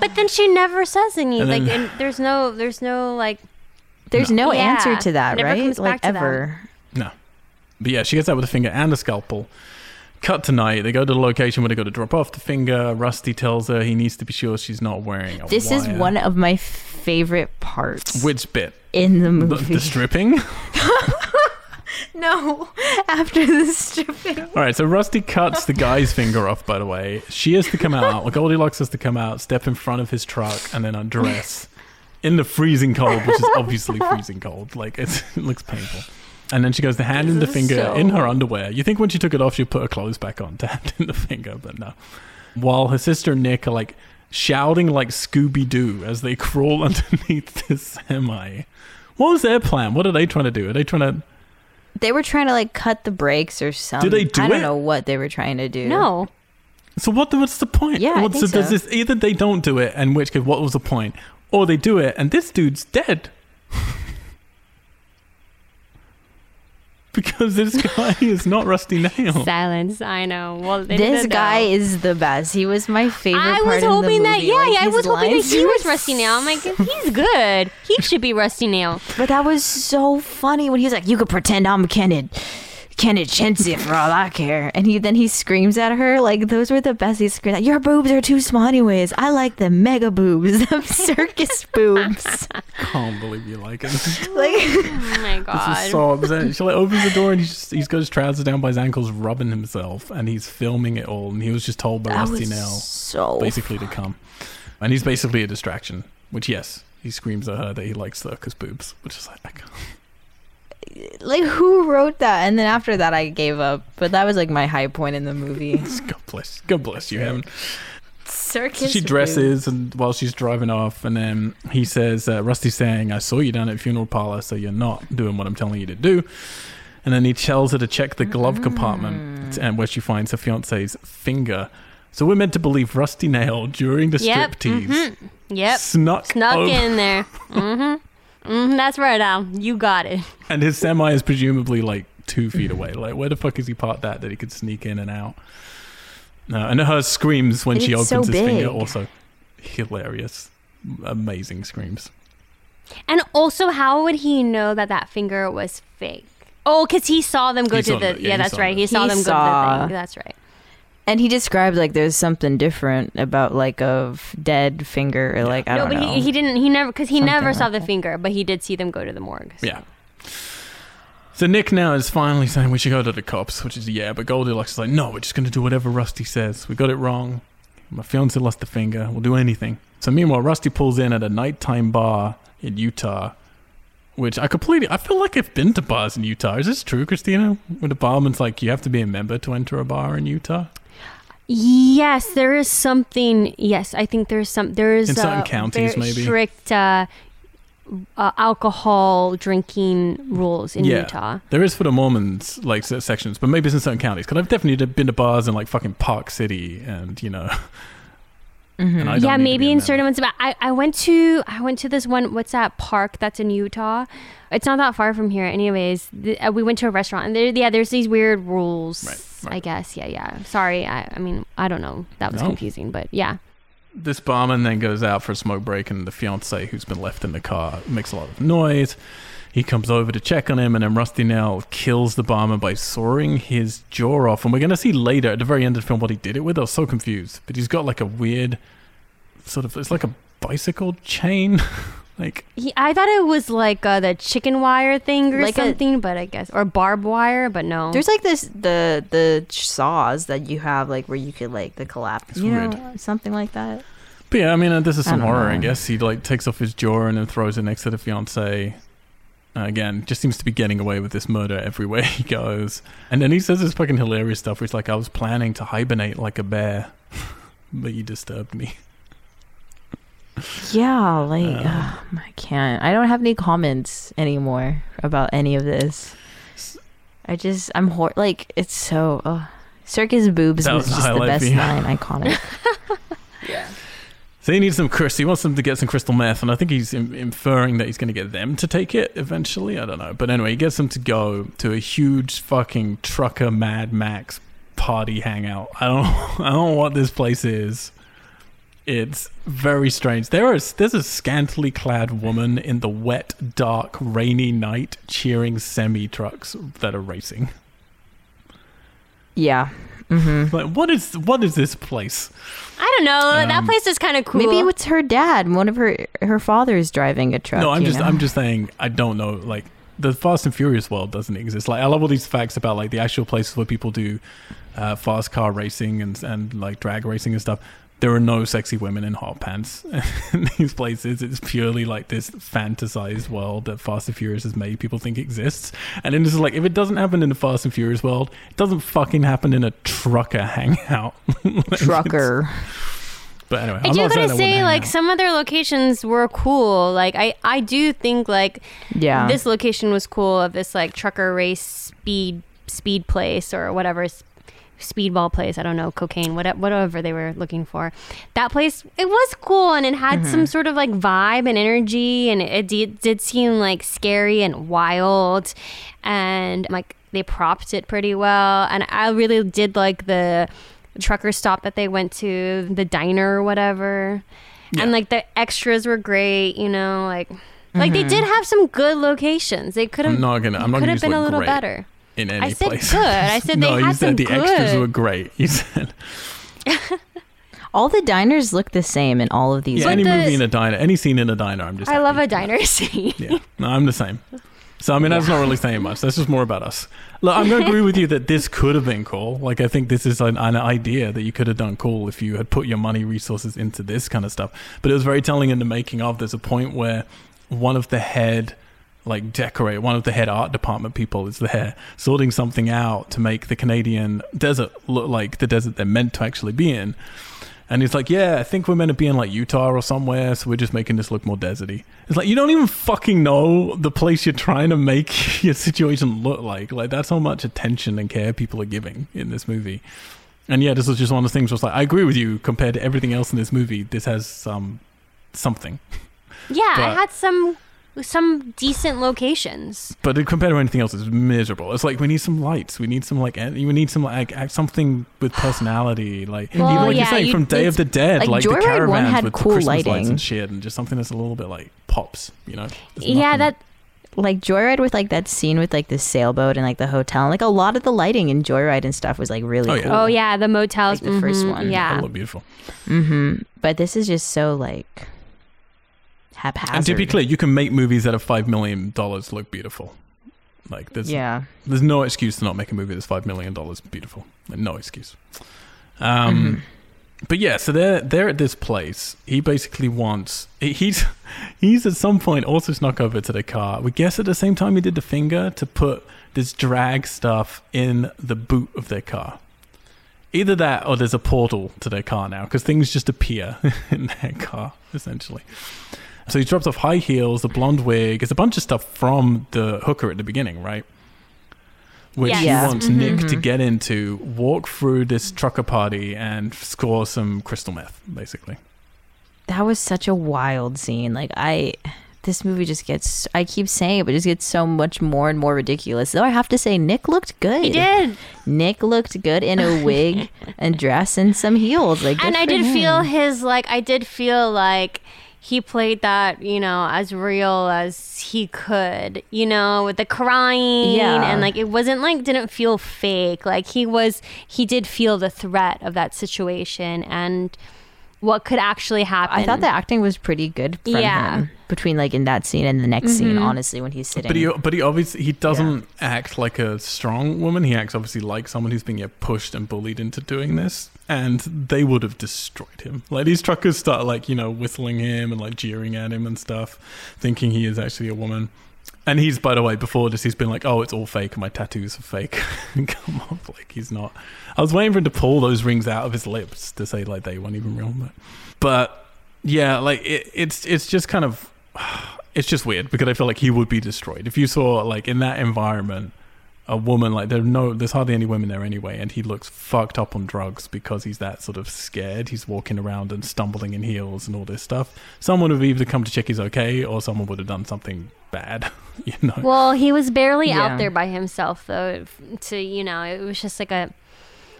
But then she never says anything. And then- like, and there's no, there's no like. There's no Yeah, answer to that, never right? comes Like back to that. ever. No. But yeah, she gets out with a finger and a scalpel. Cut tonight. They go to the location where they got to drop off the finger. Rusty tells her he needs to be sure she's not wearing a This is wire. one of my favorite parts Which bit? in the The, movie. the (laughs) stripping? no, after the stripping. All right, so Rusty cuts the guy's finger off, by the way. She has to come out. Goldilocks has to come out, step in front of his truck, and then undress in the freezing cold, which is obviously freezing cold. Like, it's, it looks painful. And then she goes to hand in the finger so- in her underwear. You think when she took it off, she'd put her clothes back on to hand in the finger, but no. While her sister and Nick are like shouting like Scooby Doo as they (laughs) crawl underneath this semi. What was their plan? What are they trying to do? Are they trying to. They were trying to like cut the brakes or something. they do I don't it? know what they were trying to (laughs) do. No. So what? the- What's the point? Yeah, I What's think the- does so. this either they don't do it, and which case, what was the point? Or they do it, and this dude's dead (laughs) because this guy is not Rusty Nail. Silence. I know. Well, they this didn't guy know. is the best. He was my favorite. I part was in the hoping that. movie. Yeah, Like, yeah. I his was hoping that lines he were was Rusty Nail. (laughs) I'm like, he's good. He should be Rusty Nail. But that was so funny when he's like, "You could pretend I'm Kenneth, Kenneth Chensi for all I care," and he then he screams at her like, "Those were the best." He screamed, like, "Your boobs are too small, anyways. I like the mega boobs, (laughs) the (laughs) circus boobs." Can't believe you like it. This Like, Oh my god. is so upsetting. She like opens the door and he's just, he's got his trousers down by his ankles, rubbing himself, and he's filming it all. And he was just told by that Rusty was Nail so. basically to come, and he's basically a distraction. Which yes, he screams at her that he likes circus boobs, which is like I can't. Like, who wrote that? And then after that, I gave up. But that was like my high point in (laughs) the movie. God bless, God bless you, heaven. So circus. she dresses and while she's driving off and then he says uh, rusty's saying i saw you down at funeral parlor so you're not doing what i'm telling you to do and then he tells her to check the glove compartment and where she finds her fiance's finger so we're meant to believe rusty nail during the Yep, mm-hmm, striptease Oh. yep. snuck, Snuck over- (laughs) in there. Mm-hmm. hmm That's right, Al. You got it. and his semi is presumably like two feet away like where the fuck is he parked that that he could sneak in and out no and her screams when And she opens it's so his big. finger also hilarious amazing screams And also, how would he know that that finger was fake? Oh, because he saw them go He to saw the. them, yeah, yeah, he that's saw right. them. He saw He them go to saw. the thing. That's right. And he described like there's something different about like a f- dead finger or like I no, don't but know. he he didn't. He never because he Something never saw like the finger, but he did see them go to the morgue. so- Yeah. So Nick now is finally saying we should go to the cops, which is yeah, but Goldilocks is like, no, we're just gonna do whatever Rusty says. We got it wrong. My fiance lost a finger. We'll do anything. So meanwhile, Rusty pulls in at a nighttime bar in Utah, which I completely I feel like I've been to bars in Utah. Is this true, Christina? When the barman's like, you have to be a member to enter a bar in Utah Yes, there is something. Yes, I think there is some. There is In certain a counties, very maybe. strict uh, uh, alcohol drinking rules in Yeah. Utah. There is for the Mormons like se- sections, but maybe it's in certain counties. Because I've definitely been to bars in like fucking Park City and you know. and I don't yeah, need to be maybe a in member. certain ones. But I, I went to I went to this one. What's that park that's in Utah? It's not that far from here. Anyways, the, uh, we went to a restaurant and there, yeah, there's these weird rules. Right, right. I guess. Yeah, yeah. Sorry. I, I mean, I don't know. That was No. confusing, but yeah. This barman then goes out for a smoke break, and the fiance, who's been left in the car, makes a lot of noise. He comes over to check on him, and then Rusty Nail kills the barman by sawing his jaw off. And we're going to see later at the very end of the film what he did it with. I was so confused, but he's got like a weird sort of it's like a bicycle chain, (laughs) like He, I thought it was like uh, the chicken wire thing or Like a- something, but I guess or barbed wire, but no. There's like this the the saws that you have like where you could like the collapse, It's you know, weird. something like that. But yeah, I mean, uh, this is I some don't horror, I know. guess. He like takes off his jaw and then throws it next to the fiance. Uh, again, just seems to be getting away with this murder everywhere (laughs) he goes. And then he says this fucking hilarious stuff, where he's like, "I was planning to hibernate like a bear, (laughs) but you disturbed me." Yeah, like Um, ugh, I can't. I don't have any comments anymore about any of this. I just I'm hor- like it's so uh, circus boobs That was, was the just the (laughs) highlight best for you. line iconic. So he needs some crystal. He wants them to get some crystal meth, and I think he's in- inferring that he's going to get them to take it eventually. I don't know, but anyway, he gets them to go to a huge fucking trucker Mad Max party hangout. I don't, (laughs) I don't know what this place is. It's very strange. There is there's a scantily clad woman in the wet, dark, rainy night cheering semi trucks that are racing. (laughs) Yeah. mm-hmm. Like what is what is this place? I don't know. Um, that place is kind of cool. Maybe it's her dad. One of her her father's driving a truck. No, I'm you just know? I'm just saying I don't know. Like the Fast and Furious world doesn't exist. Like I love all these facts about like the actual places where people do uh, fast car racing and and like drag racing and stuff. There are no sexy women in hot pants (laughs) in these places. It's purely like this fantasized world that Fast and Furious has made people think exists. And then it's like, if it doesn't happen in the Fast and Furious world, it doesn't fucking happen in a trucker (laughs) hangout. Like, it's- (laughs) trucker. But anyway, I I'm do not saying gotta I wouldn't say, hang like out. some of their locations were cool. Like I, I do think like Yeah. this location was cool of this like trucker race speed speed place or whatever s- speedball place. I don't know cocaine whatever whatever they were looking for. That place it was cool and it had some sort of like vibe and energy and it, it did, did seem like scary and wild and like they propped it pretty well and I really did like the trucker stop that they went to the diner or whatever and Yeah. like the extras were great you know like Mm-hmm. like they did have some good locations they could have Mm-hmm. I'm not gonna. I'm not could gonna have use been the a word little great. better in any I said place. (laughs) good. I said no, they you had said some the extras good. were great. You said all the diners look the same in all of these. yeah, any the- movie in a diner, any scene in a diner, I'm just. I love happy. (laughs) a diner scene Yeah, no, I'm the same. So I mean, that's not really saying much. That's just more about us. Look, I'm going to agree with you that this could have been cool. Like, I think this is an, an idea that you could have done cool if you had put your money resources into this kind of stuff. But it was very telling in the making of. There's a point where one of the head, like decorate one of the head art department people is there sorting something out to make the Canadian desert look like the desert they're meant to actually be in. And he's like, yeah, I think we're meant to be in like Utah or somewhere, so we're just making this look more deserty. It's like you don't even fucking know the place you're trying to make (laughs) your situation look like. Like that's how much attention and care people are giving in this movie. And yeah, this was just one of the things. Was like, I agree with you. Compared to everything else in this movie, this has some something. yeah I But- had some some decent locations But it- compared to anything else, it's miserable. It's like we need some lights. We need some like en- we need some like act- something with personality. Like Well, even like you're yeah, saying you- from Day of it's- the Dead, like, like, the Joyride one caravans had with the cool Christmas lights lighting. and shit, and just something that's a little bit like pops. You know? There's yeah nothing- that like Joyride with like that scene with like the sailboat and like the hotel. And, like a lot of the lighting in Joyride and stuff was like really Oh, yeah. cool. oh yeah the motels Like the first mhm, one. That yeah looked beautiful. Mm-hmm. But this is just so like haphazard. And to be clear, you can make movies that are five million dollars look beautiful. Like there's yeah. there's no excuse to not make a movie that's five million dollars beautiful. Like, no excuse. Um, But yeah, so they're they're at this place. He basically wants he- he's (laughs) he's at some point also snuck over to the car. We guess at the same time he did the finger to put this drag stuff in the boot of their car. Either that, or there's a portal to their car now because things just appear (laughs) in their car essentially. So he drops off high heels, the blonde wig. It's a bunch of stuff from the hooker at the beginning, right? Which Yes. he Yeah. wants Nick to get into, walk through this trucker party, and score some crystal meth, basically. That was such a wild scene. Like I this movie just gets I keep saying it, but it just gets so much more and more ridiculous. Though I have to say Nick looked good. I did Nick looked good in (laughs) a wig and dress and some heels. Like, good and I for did him. feel his like I did feel like he played that you know as real as he could you know with the crying Yeah. and like it wasn't like didn't feel fake like he was he did feel the threat of that situation and what could actually happen I thought the acting was pretty good from Yeah. him between like in that scene and the next scene. Honestly, when he's sitting, But he, but he obviously he doesn't act like a strong woman. He acts obviously like someone who's being yeah, pushed and bullied into doing this, and they would have destroyed him. Like these truckers start like you know whistling him and like jeering at him and stuff, thinking he is actually a woman. And he's by the way before this he's been like, oh, it's all fake. My tattoos are fake. (laughs) Come on, like he's not. I was waiting for him to pull those rings out of his lips to say like they weren't even real, but but yeah, like it, it's it's just kind of (sighs) it's just weird because I feel like he would be destroyed if you saw like in that environment a woman. Like there are no, there's hardly any women there anyway, and he looks fucked up on drugs because he's that sort of scared. He's walking around and stumbling in heels and all this stuff. Someone would have either come to check he's okay, or someone would have done something bad. (laughs) You know, Well, he was barely Yeah. out there by himself though. f- To you know, it was just like a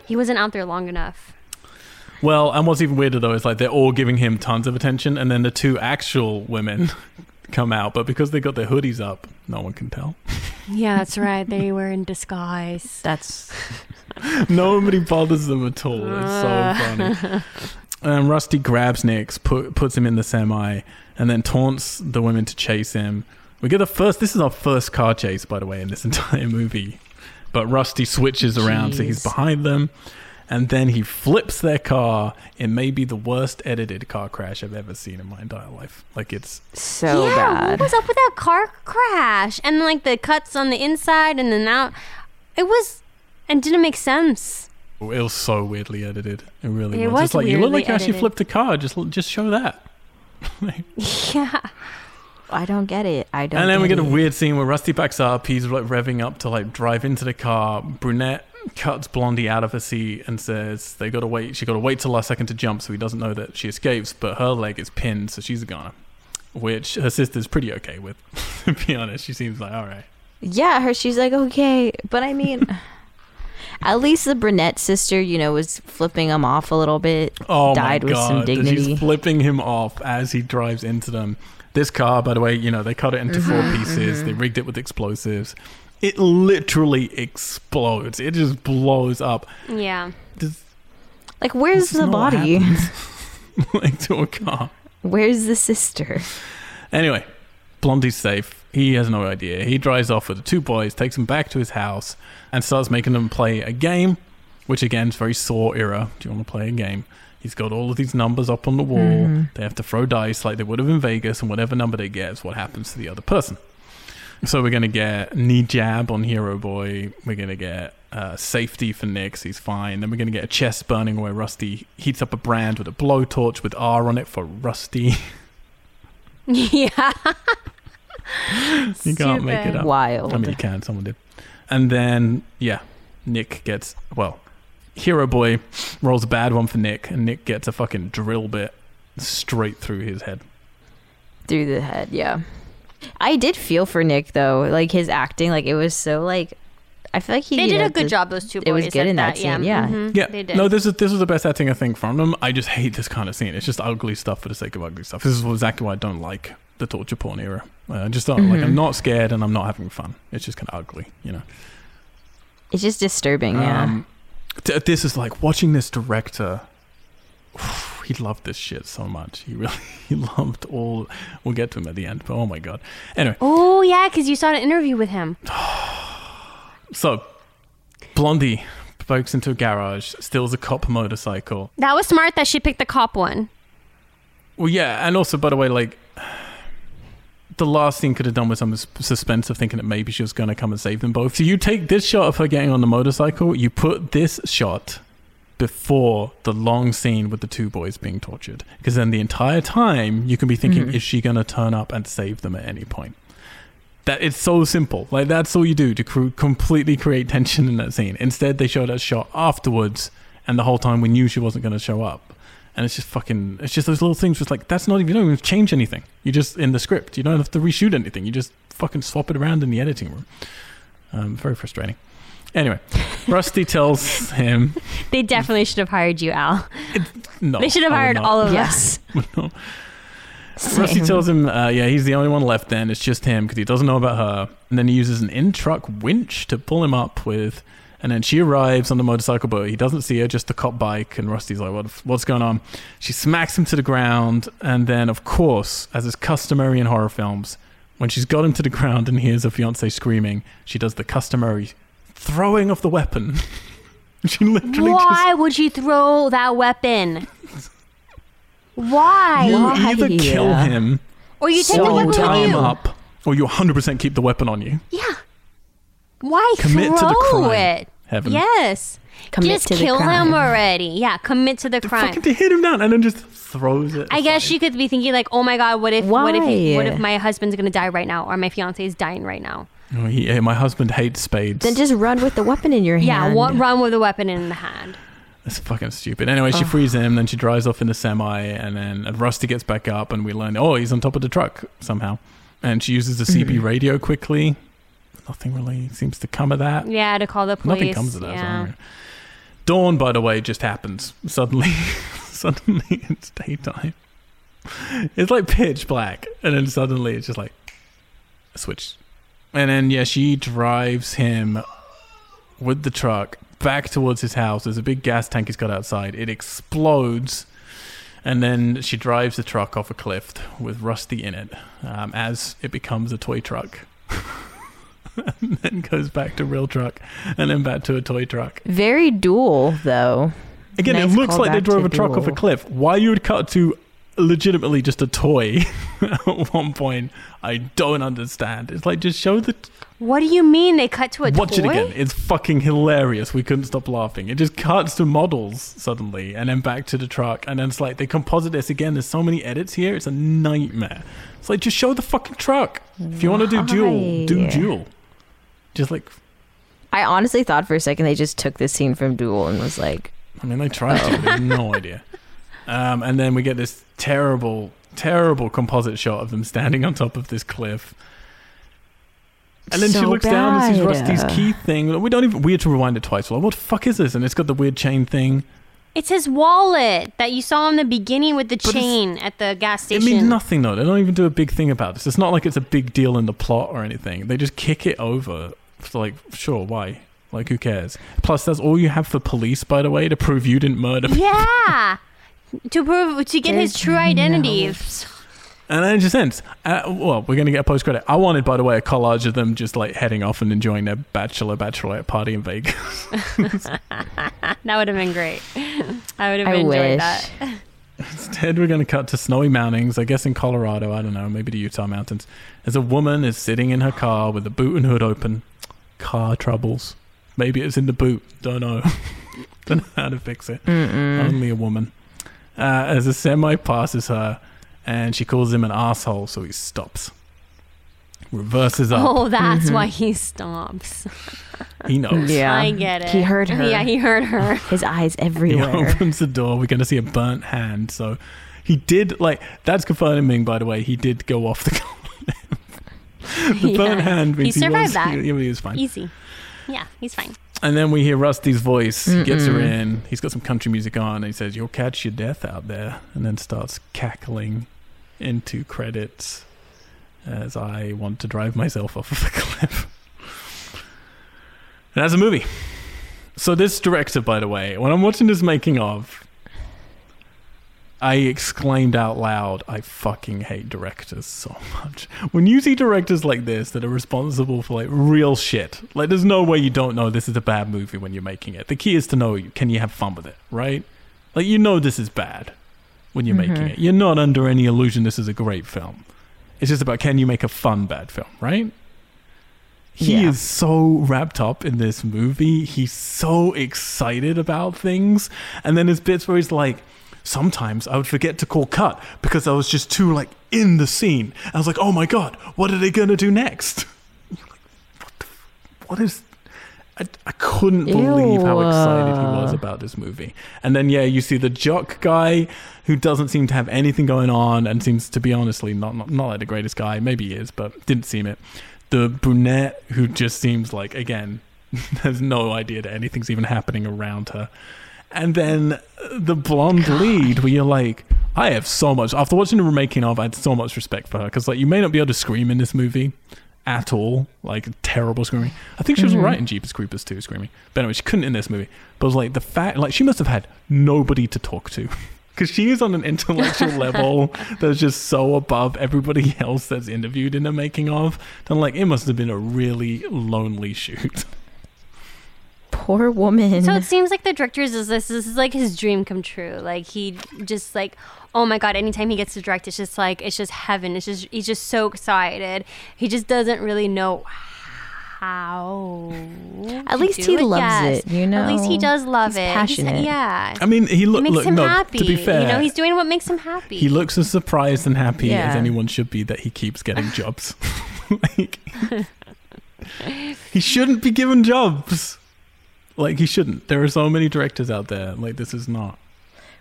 he wasn't out there long enough. Well, and what's even weirder though is like they're all giving him tons of attention, and then the two actual women (laughs) come out, but because they got their hoodies up, no one can tell. Yeah, that's right. They were in disguise. That's (laughs) Nobody bothers them at all. It's Uh. so (laughs) funny. Um, Rusty grabs Nix, put, puts him in the semi, and then taunts the women to chase him. We get the first. This is our first car chase, by the way, in this (laughs) entire movie. But Rusty switches around, so he's Jeez. behind them, and then he flips their car. It may be the worst edited car crash I've ever seen in my entire life. Like it's so yeah, bad. what was up with that car crash and like the cuts on the inside and then out? It was and didn't make sense. (laughs) it was so weirdly edited. It really It was. was It's like you look weirdly like you actually edited. flipped a car. Just just show that. (laughs) Yeah. I don't get it. I don't. And then we get a it. weird scene where Rusty backs up. He's like revving up to like drive into the car. Brunette cuts Blondie out of her seat and says they gotta wait. She gotta wait till last second to jump, so he doesn't know that she escapes. But her leg is pinned, so she's a goner. Which her sister's pretty okay with. (laughs) to be honest, she seems like all right. Yeah, her. She's like, okay, but I mean, (laughs) at least the brunette sister, you know, was flipping him off a little bit. Oh died my with god! some that dignity. She's flipping him off as he drives into them. This car, by the way, you know they cut it into four Mm-hmm, pieces. They rigged it with explosives. It literally explodes. It just blows up. (laughs) Yeah. Does- Like, where's This is the not what body? happens. like to a car. (laughs) Where's the sister? Anyway, Blondie's safe. He has no idea. He drives off with the two boys, takes them back to his house, and starts making them play a game, which again is very Saw era. Do you want to play a game? He's got all of these numbers up on the wall. They have to throw dice like they would have in Vegas, and whatever number they get is what happens to the other person. So we're going to get knee jab on Hero Boy. We're going to get uh, safety for Nix. He's fine. Then we're going to get a chest burning where Rusty heats up a brand with a blowtorch with R on it for Rusty. (laughs) Yeah. you can't make it Stupid. up. (laughs) Wild. I mean, you can. Someone did. And then, yeah, Nick gets well. Hero boy rolls a bad one for Nick, and Nick gets a fucking drill bit straight through his head. Mm-hmm. through the head. Yeah, I did feel for Nick though. Like his acting, like it was so like. I feel like he They you did know, a good the- job, those two boys. it was good at in that scene, yeah. Mhm, Yeah, They did. no, this is this is the best acting I think from them. I just hate this kind of scene. It's just ugly stuff for the sake of ugly stuff. This is exactly why I don't like the torture porn era. Uh, I just don't Mm-hmm. like. I'm not scared, and I'm not having fun. It's just kind of ugly, you know. It's just disturbing. Yeah. Um, t- this is like watching this director. (sighs) He loved this shit so much. He really (laughs) he loved all. We'll get to him at the end, but oh my god. Anyway, oh, yeah, because you saw an interview with him. so Blondie pokes into a garage, steals a cop motorcycle. That was smart that she picked the cop one. Well, yeah, and also by the way, like the last thing could have done was some sus- suspense of thinking that maybe she was going to come and save them both. So you take this shot of her getting on the motorcycle. You put this shot before the long scene with the two boys being tortured, because then the entire time you can be thinking, is she going to turn up and save them at any point? That it's so simple. Like that's all you do to cr- completely create tension in that scene. Instead, they showed that shot afterwards, and the whole time we knew she wasn't going to show up. And it's just fucking. It's just those little things. Just like that's not even. You don't even change anything. You just in the script. You don't have to reshoot anything. You just fucking swap it around in the editing room. Um, very frustrating. Anyway, (laughs) Rusty tells him They definitely should have hired you, Al. no. They should have I would hired not. all of Yes. us. (laughs) Rusty Same. tells him, uh, yeah, he's the only one left then. It's just him because he doesn't know about her. And then he uses an in truck winch to pull him up with. And then she arrives on the motorcycle, but he doesn't see her, just the cop bike. And Rusty's like, what, what's going on? She smacks him to the ground. And then, of course, as is customary in horror films, when she's got him to the ground and hears her fiance screaming, she does the customary throwing of the weapon. (laughs) she literally just. Why would you throw that (laughs) weapon? You Why? either kill Yeah. him Or you take So the or weapon you with tie him you? up, or you 100% keep the weapon on you. Yeah. Why Commit to throw the crime, it? Heaven. Yes. Commit Just to the kill crime. them already. Yeah, commit to the crime. Fucking to hit him down and then just throws it. I guess you could be thinking like, oh my god, what if what if Why? what if my husband's gonna die right now or my fiance is dying right now? Oh, he, eh, my husband hates spades. Then just run with the weapon in your hand. Yeah, wa- run with a weapon in the hand. That's fucking stupid. Anyway, she frees him, then she drives off in the semi, and then Rusty gets back up, and we learn, oh, he's on top of the truck somehow. And she uses the CB radio quickly. Nothing really seems to come of that. Yeah, to call the police. Nothing comes of that. so I Yeah. don't know. Dawn, by the way, just happens suddenly. (laughs) suddenly, it's daytime. It's like pitch black, and then suddenly it's just like a switch. And then yeah, she drives him with the truck back towards his house. There's a big gas tank he's got outside. It explodes, and then she drives the truck off a cliff with Rusty in it, um, as it becomes a toy truck. (laughs) and then goes back to real truck, and then back to a toy truck. Very dual though. Again, Nice it looks like they callback drove to a truck off a Duel. cliff. Why you would cut to legitimately just a toy (laughs) at one point, I don't understand. It's like just show the What do you mean they cut to a watch it toy? again. It's fucking hilarious. We couldn't stop laughing. It just cuts to models suddenly, and then back to the truck, and then it's like they composite this again. There's so many edits here. It's a nightmare. It's like just show the fucking truck. If you want to do duel, do Why? duel. Just like I honestly thought for a second they just took this scene from Duel and was like, I mean, they tried to. They have Oh. no idea. Um, and then we get this terrible, terrible composite shot of them standing on top of this cliff. And then she So looks down and sees bad. Rusty's key thing. We don't even. We had to rewind it twice. We're like, what the fuck is this? And it's got the weird chain thing. It's his wallet that you saw in the beginning with the it's- chain at the gas It station. means nothing though. They don't even do a big thing about this. It's not like it's a big deal in the plot or anything. They just kick it over. It's like, sure, why? Like, who cares? Plus, that's all you have for police, by the way, to prove you didn't murder. Yeah. to prove to get his There's true identity. no- And then it just ends. Uh, well, we're going to get a post credit. I wanted, by the way, a collage of them just like heading off and enjoying their bachelor bachelorette party in Vegas. (laughs) That would have been great. (laughs) I would have I wish. enjoyed that. Instead, we're going to cut to snowy mountains, I guess in Colorado. I don't know, maybe the Utah mountains. As a woman is sitting in her car with the boot and hood open. Car troubles. Maybe it's in the boot. Don't know. (laughs) don't know how to fix it. Mm. Only a woman. Uh, as a semi passes her and she calls him an asshole, so he stops. Reverses up. Oh, that's why he stomps. He knows. Mm-hmm. Yeah. I get it. He heard her. Yeah, he heard her. His eyes He (laughs) everywhere. opens the door. We're going to see a burnt hand. So he did, like, that's confirming, by the way, he did go off the (laughs) (laughs) The Yeah. burnt hand means he, survived was, that. He, he was fine. Easy. Yeah, he's fine. and then we hear Rusty's voice. He gets her in. He's got some country music on. And he says, You'll catch your death out there. And then starts cackling into credits as I want to drive myself off of a (laughs) cliff. And that's a movie. So this director, by the way, when I'm watching this making of, I exclaimed out loud, I fucking hate directors so (laughs) much. When you see directors like this that are responsible for like real shit, like there's no way you don't know this is a bad movie when you're making it. The key is to know can you have fun with it, right? Like you know this is bad when you're making it. You're not under any illusion this is a great film. It's just about can you make a fun bad film, right? He Yeah. is so wrapped up in this movie. He's so excited about things. And then there's bits where he's like, sometimes I would forget to call cut because I was just too like in the scene. I was like, oh my god, what are they gonna do next? what is I, I couldn't believe how excited he was about this movie. And then yeah, you see the jock guy who doesn't seem to have anything going on and seems to be honestly not not, not like the greatest guy. Maybe he is, but didn't seem it. The brunette who just seems like again (laughs) has no idea that anything's even happening around her. And then the blonde lead, where you're like, I have so much. After watching the remaking of, I had so much respect for her because like you may not be able to scream in this movie at all, like terrible screaming. I think she Mm-hmm. was alright in Jeepers Creepers too, screaming. But anyway, she couldn't in this movie. But it was like the fact, like she must have had nobody to talk to. (laughs) Because she is on an intellectual (laughs) level that's just so above everybody (laughs) else that's interviewed in the making of. Then, like, it must have been a really lonely shoot. (laughs) Poor woman. So it seems like the director's is this. This is like his dream come true. Like he just like, oh my god! Anytime he gets to direct, it's just like it's just heaven. It's just he's just so excited. He just doesn't really know how. to At least do he loves it, you At least he know? does love He's it. passionate. He's, yeah. I mean, he it looked, makes look, him no, happy. to be fair, you know, he's doing what makes him happy. He looks as surprised and happy as (laughs) Yeah. (laughs) anyone should be that he keeps getting jobs. like, He shouldn't be given jobs. Like he shouldn't. There are so many directors out there. Like this is not.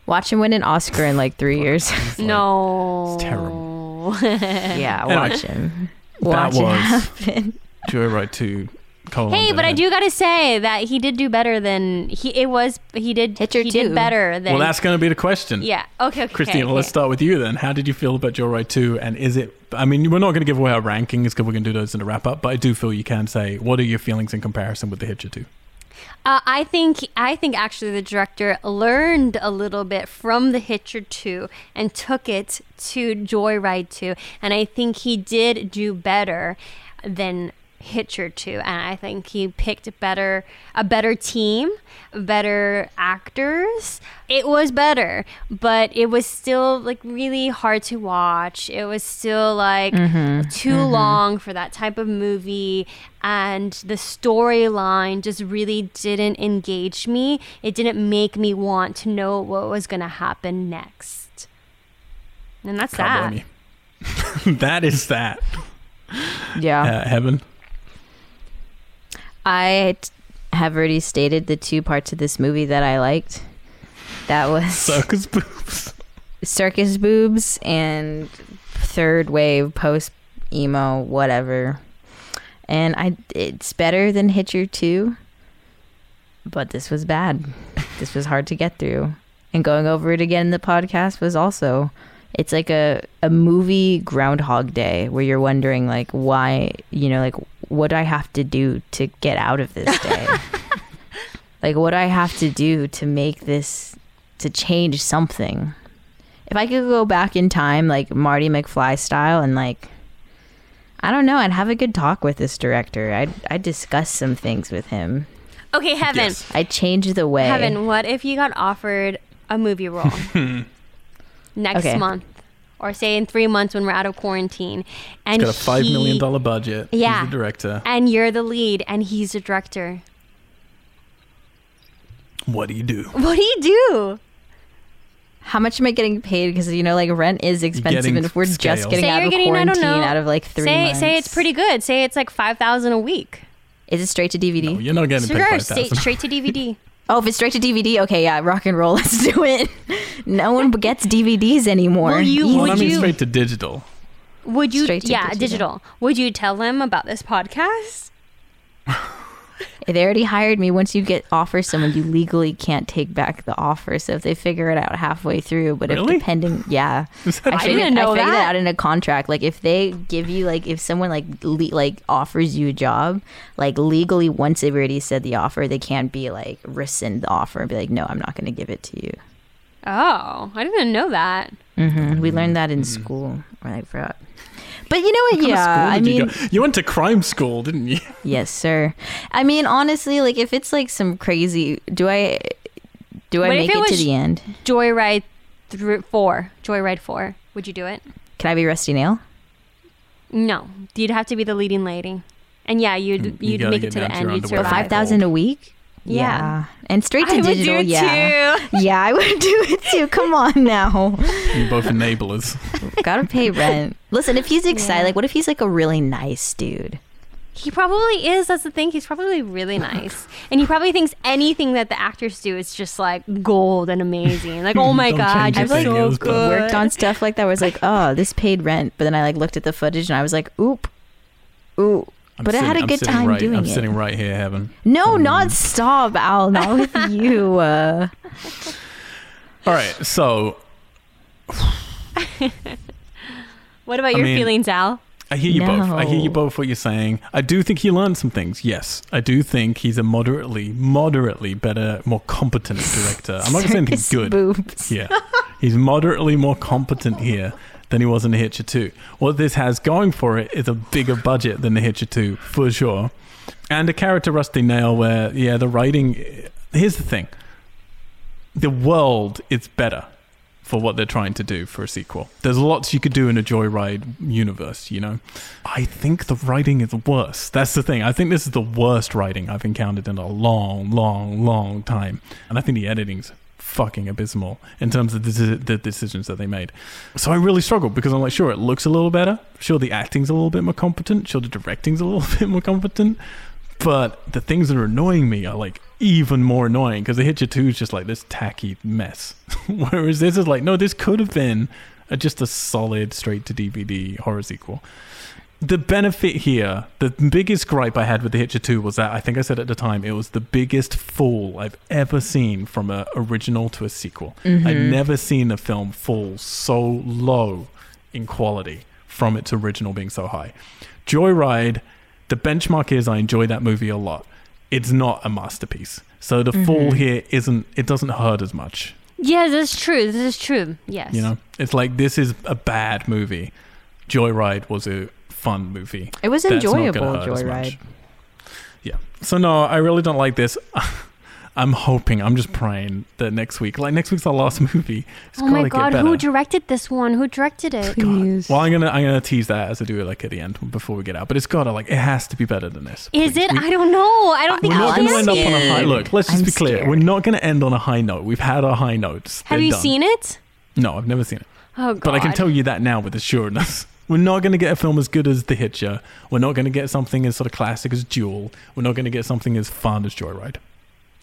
Watch him win an Oscar in like (laughs) three years. (laughs) it's like- no. it's (laughs) terrible. yeah, Anyway, watch him. that Watch it was- happen. Joyride Two. colon, hey, but I Batman. do gotta say that he did do better than he. It was he did. Hitcher he too. did better than. Well, that's going to be the question. yeah. Okay. okay Christina, okay. let's start with you then. How did you feel about Joyride 2? And is it, I mean, we're not going to give away our rankings because we're going to do those in a wrap up, but I do feel you can say, what are your feelings in comparison with The Hitcher 2? Uh, I think I think actually the director learned a little bit from The Hitcher 2 and took it to Joyride 2, and I think he did do better than Hitcher 2, and I think he picked better a better team, better actors. It was better, but it was still like really hard to watch. It was still like too long for that type of movie and the storyline just really didn't engage me. It didn't make me want to know what was going to happen next. And that's Can't that. blame you. (laughs) that is that, (laughs) Yeah. uh, Heaven. I t- have already stated the two parts of this movie that I liked. That was Circus boobs. circus boobs and third wave post emo whatever. And I it's better than Hitcher 2, but this was bad. this was hard to get through. And going over it again in the podcast was also it's like a, a movie groundhog day where you're wondering like why you know like what do i have to do to get out of this day like what do i have to do to make this to change something if i could go back in time like marty mcfly style and like i don't know i'd have a good talk with this director i'd, I'd discuss some things with him Okay, Heaven. Yes. i'd change the way Heaven, what if you got offered a (laughs) movie role next Okay. month or say in 3 months when we're out of quarantine and Got a five he- million dollar budget. He's Yeah. the director. and you're the lead and he's the director. What do you do? What do you do? how much am i getting paid because you know like rent is expensive getting and if we're scaled. just getting Say out you're of getting, I don't quarantine know, out of like three say say months. it's pretty good. Say it's like 5,000 a week. is it straight to dvd You're not getting paid Sure, five straight, thousand. straight to DVD. Oh, if it's straight to DVD, okay, yeah, rock and roll, (laughs) let's do it. No one gets DVDs anymore. Will you- Well, would I mean, you- straight to digital. (laughs) (laughs) Would you? Straight to yeah, digital. digital. Would you tell them about this podcast? They already hired me. Once you get offer someone, you legally can't take back the offer. So if they figure it out halfway through, but Really? if depending, yeah, I I figured, didn't know I figured that. out in a contract. Like if they give you, like if someone like le- like offers you a job, like legally, once they've already said the offer, they can't be like rescind the offer and be like, no, I'm not going to give it to you. Oh, I didn't know that. hmm We learned that in school. Or I forgot. But you know what? What yeah, school I did you, mean, go? you went to crime school, didn't (laughs) you? Yes, sir. I mean, honestly, like if it's like some crazy, do I do I What if make it it, to was- the end? Joyride through four. Joyride four. Would you do it? Can I be Rusty Nail? No, you'd have to be the leading lady. And yeah, You- you'd Mm, you you'd gotta make get it to down the to end. your You'd underwear. survive. Right. Five thousand a week? Yeah. and straight to I would digital. do yeah, too. (laughs) yeah, I would do it too. Come on now, (laughs) You both enablers. gotta pay rent. Listen, if he's excited, Yeah. like what if he's like a really nice dude? He probably is. That's the thing. He's probably really nice, and he probably thinks anything that the actors do is just like gold and amazing. Like, oh my (laughs) Don't god, change a you're thing, so Elizabeth. good. Worked on stuff like that. Where it's like, oh, this paid rent, but then I like looked at the footage and I was like, oop, ooh. I'm But I had a I'm good sitting time right, doing I'm it. sitting right here, Heaven. No, Mm. not stop, Al. Not with you. Uh, All right, so What about I your mean- feelings, Al? I hear you both. I hear you No. both what you're saying. I do think he learned some things. Yes, I do think he's a moderately, moderately better, more competent director. (laughs) I'm not saying he's circus good. Boobs. Yeah, he's moderately more competent here than he was in The Hitcher 2. What this has going for it is a bigger budget than The Hitcher 2 for sure, and a character Rusty Nail where yeah, the writing. Here's the thing: the world is better for what they're trying to do for a sequel. There's lots you could do in a Joyride universe, you know. I think the writing is worse. That's the thing. I think this is the worst writing I've encountered in a long, long, long time. And I think the editing's fucking abysmal in terms of the, the decisions that they made. So I really struggled because I'm like, sure, it looks a little better. Sure, the acting's a little bit more competent. Sure, the directing's a little (laughs) bit more competent. But the things that are annoying me are like even more annoying because the Hitcher 2 is just like this tacky mess. (laughs) Whereas this is like, no, this could have been a, just a solid straight to DVD horror sequel the benefit here, the biggest gripe I had with The Hitcher 2 was that I think I said at the time it was the biggest fall I've ever seen from an original to a sequel. I'd never seen a film fall so low in quality from its original being so high. Joyride, the benchmark is I enjoy that movie a lot. It's not a masterpiece. So the fall here isn't, it doesn't hurt as much. Yeah, this is true. This is true. Yes. You know, it's like this is a bad movie. Joyride was a fun movie. It was That's not gonna enjoyable, hurt as much. Joyride. Yeah. So no, I really don't like this. (laughs) I'm hoping, I'm just praying that next week, like next week's our last (laughs) movie. It's Oh gotta my get god, better. who directed this one? Who directed it? Please. well, I'm gonna I'm gonna tease that as I do it like at the end before we get out. But it's gotta like it has to be better than this. Is please. it? We- I don't know. I don't we're think not it gonna is. end up on a high. scared. Look, let's just I'm be clear. scared. We're not gonna end on a high note. We've had our high notes. Have They're you done. seen it? No, I've never seen it. Oh god. But I can (laughs) tell you that now with assurance. (laughs) We're not going to get a film as good as The Hitcher. We're not going to get something as sort of classic as Duel. We're not going to get something as fun as Joyride.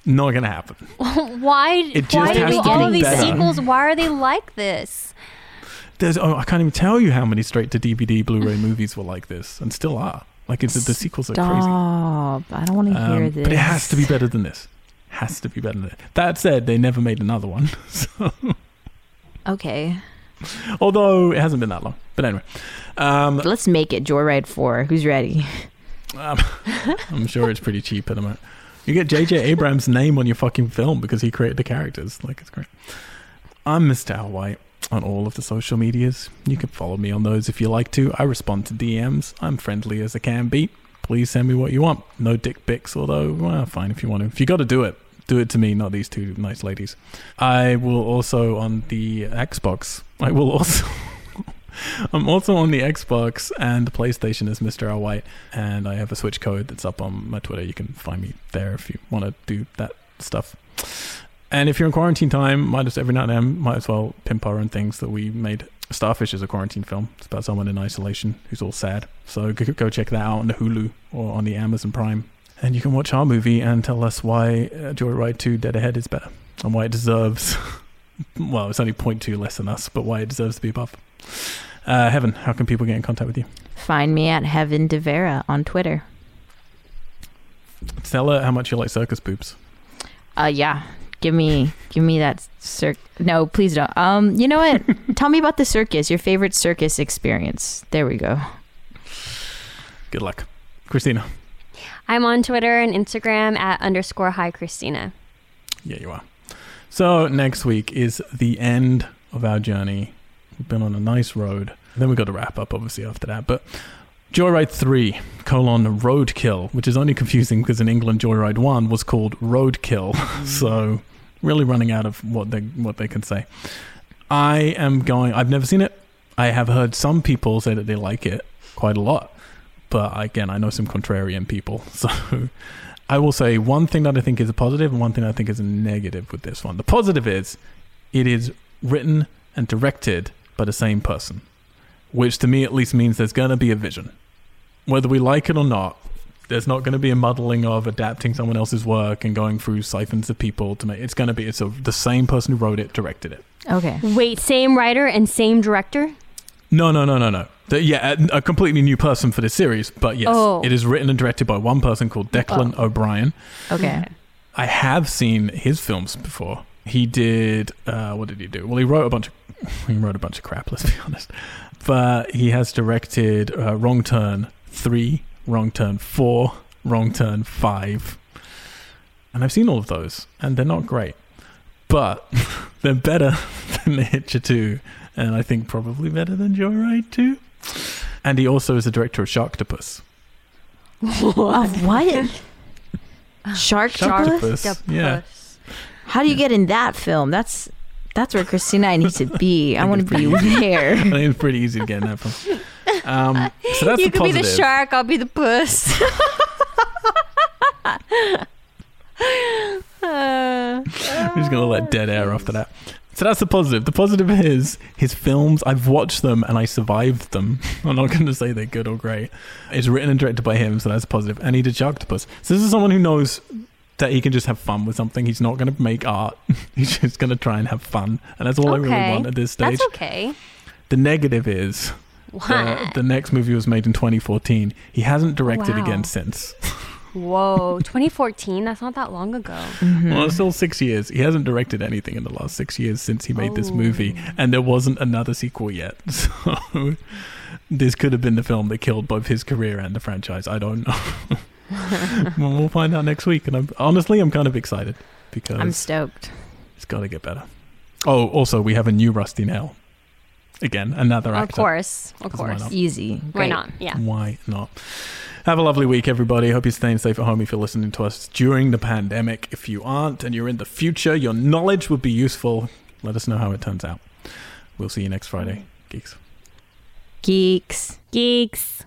Not going to happen. why It why just do has we- to all be of these better. sequels why are they like this? There's oh, I can't even tell you how many straight to DVD (sighs) Blu-ray movies were like this and still are. Like it's, the sequels are crazy. Stop. I don't want to Um, hear this. But it has to be better than this. Has to be better than this. That said, they never made another one. (laughs) So, Okay. although it hasn't been that long. But anyway, um, Let's make it Joyride 4. Who's ready? Um, (laughs) I'm sure it's pretty cheap at the moment. You get JJ Abrams' name on your fucking film because he created the characters. Like it's great. I'm Mr. Al White on all of the social medias. You can follow me on those if you like to. I respond to DMs. I'm friendly as I can be. Please send me what you want. No dick pics, although well, fine if you want to. If you got to do it, do it to me, not these two nice ladies. I will also on the Xbox. I will also. (laughs) I'm also on the Xbox and PlayStation as Mr. Al White, and I have a Switch code that's up on my Twitter. You can find me there if you want to do that stuff. And if you're in quarantine time, might as every now and then, might as well pimp our own things that we made. Starfish is a quarantine film. It's about someone in isolation who's all sad. So go, go check that out on the Hulu or on the Amazon Prime. And you can watch our movie and tell us why uh, Joyride 2 Dead Ahead is better and why it deserves, (laughs) well, it's only 0.2 less than us, but why it deserves to be above. Uh, Heaven, how can people get in contact with you? Find me at Heaven DeVera on Twitter. Tell her how much you like circus poops. Uh, yeah. Give me, give me that circ. No, please don't. Um, you (laughs) know what? Tell me about the circus. Your favorite circus experience. There we go. Good luck. Christina. I'm on Twitter and Instagram at underscore hi Christina. Yeah, you are. So next week is the end of our journey. We've been on a nice road. Then we've got to wrap up, obviously, after that. But Joyride 3, colon, Roadkill, which is only confusing because in England, Joyride 1 was called Roadkill. so really running out of what they, what they can say. I am going, I've never seen it. I have heard some people say that they like it quite a lot. But again, I know some contrarian people. (laughs) So I will say one thing that I think is a positive and one thing I think is a negative with this one. The positive is it is written and directed by the same person, which to me at least means there's going to be a vision. Whether we like it or not, there's not going to be a muddling of adapting someone else's work and going through siphons of people to make it's going to be it's a, the same person who wrote it directed it. Okay. Wait, same writer and same director? No, no, no, no, no. The- yeah, a, a completely new person for this series, but yes, Oh. it is written and directed by one person called Declan O'Brien. Okay. (laughs) I have seen his films before. He did. Uh, what did he do? Well, he wrote a bunch of (laughs) he wrote a bunch of crap. Let's be (laughs) honest. But he has directed uh, Wrong Turn Three, Wrong Turn Four, Wrong Turn Five, and I've seen all of those, and they're not great, but (laughs) they're better (laughs) than The Hitcher Two, and I think probably better than Joyride Two. And he also is the director of Sharktopus. Of what? Shark Charlie? Sharktopus. Yeah. How do you get in that film? That's that's where Christina and I need to be. I think want it's to be I there. think (laughs) it's pretty easy to get in that film. Um, so that's you the could positive. be the shark, I'll be the (laughs) puss. Uh, Yeah. I'm just gonna let dead air after that. So that's the positive. The positive is his films. I've watched them and I survived them. (laughs) I'm not gonna say they're good or great. It's written and directed by him, so that's positive. And he did Octopus. So this is someone who knows that he can just have fun with something. He's not gonna make art. (laughs) He's just gonna try and have fun, and that's all I really Okay. want at this stage. That's okay. The negative is What? uh, the next movie was made in 2014. He hasn't directed Wow. again since. Whoa, 2014. That's not that long ago. Well, it's still six years. He hasn't directed anything in the last six years since he made this Oh. movie, and there wasn't another sequel yet. (laughs) So this could have been the film that killed both his career and the franchise. I don't (laughs) know. well, we'll find out next week. And I'm, honestly, I'm kind of excited because I'm stoked. it's got to get better. Oh, also, we have a new Rusty Nail. Again, another Of actor. course. Of Doesn't course. matter. Mm. Easy. Why Great. not? Yeah. Why not? Have a lovely week, everybody. Hope you're staying safe at home if you're listening to us during the pandemic. If you aren't and you're in the future, your knowledge would be useful. Let us know how it turns out. We'll see you next Friday, geeks. Geeks. Geeks.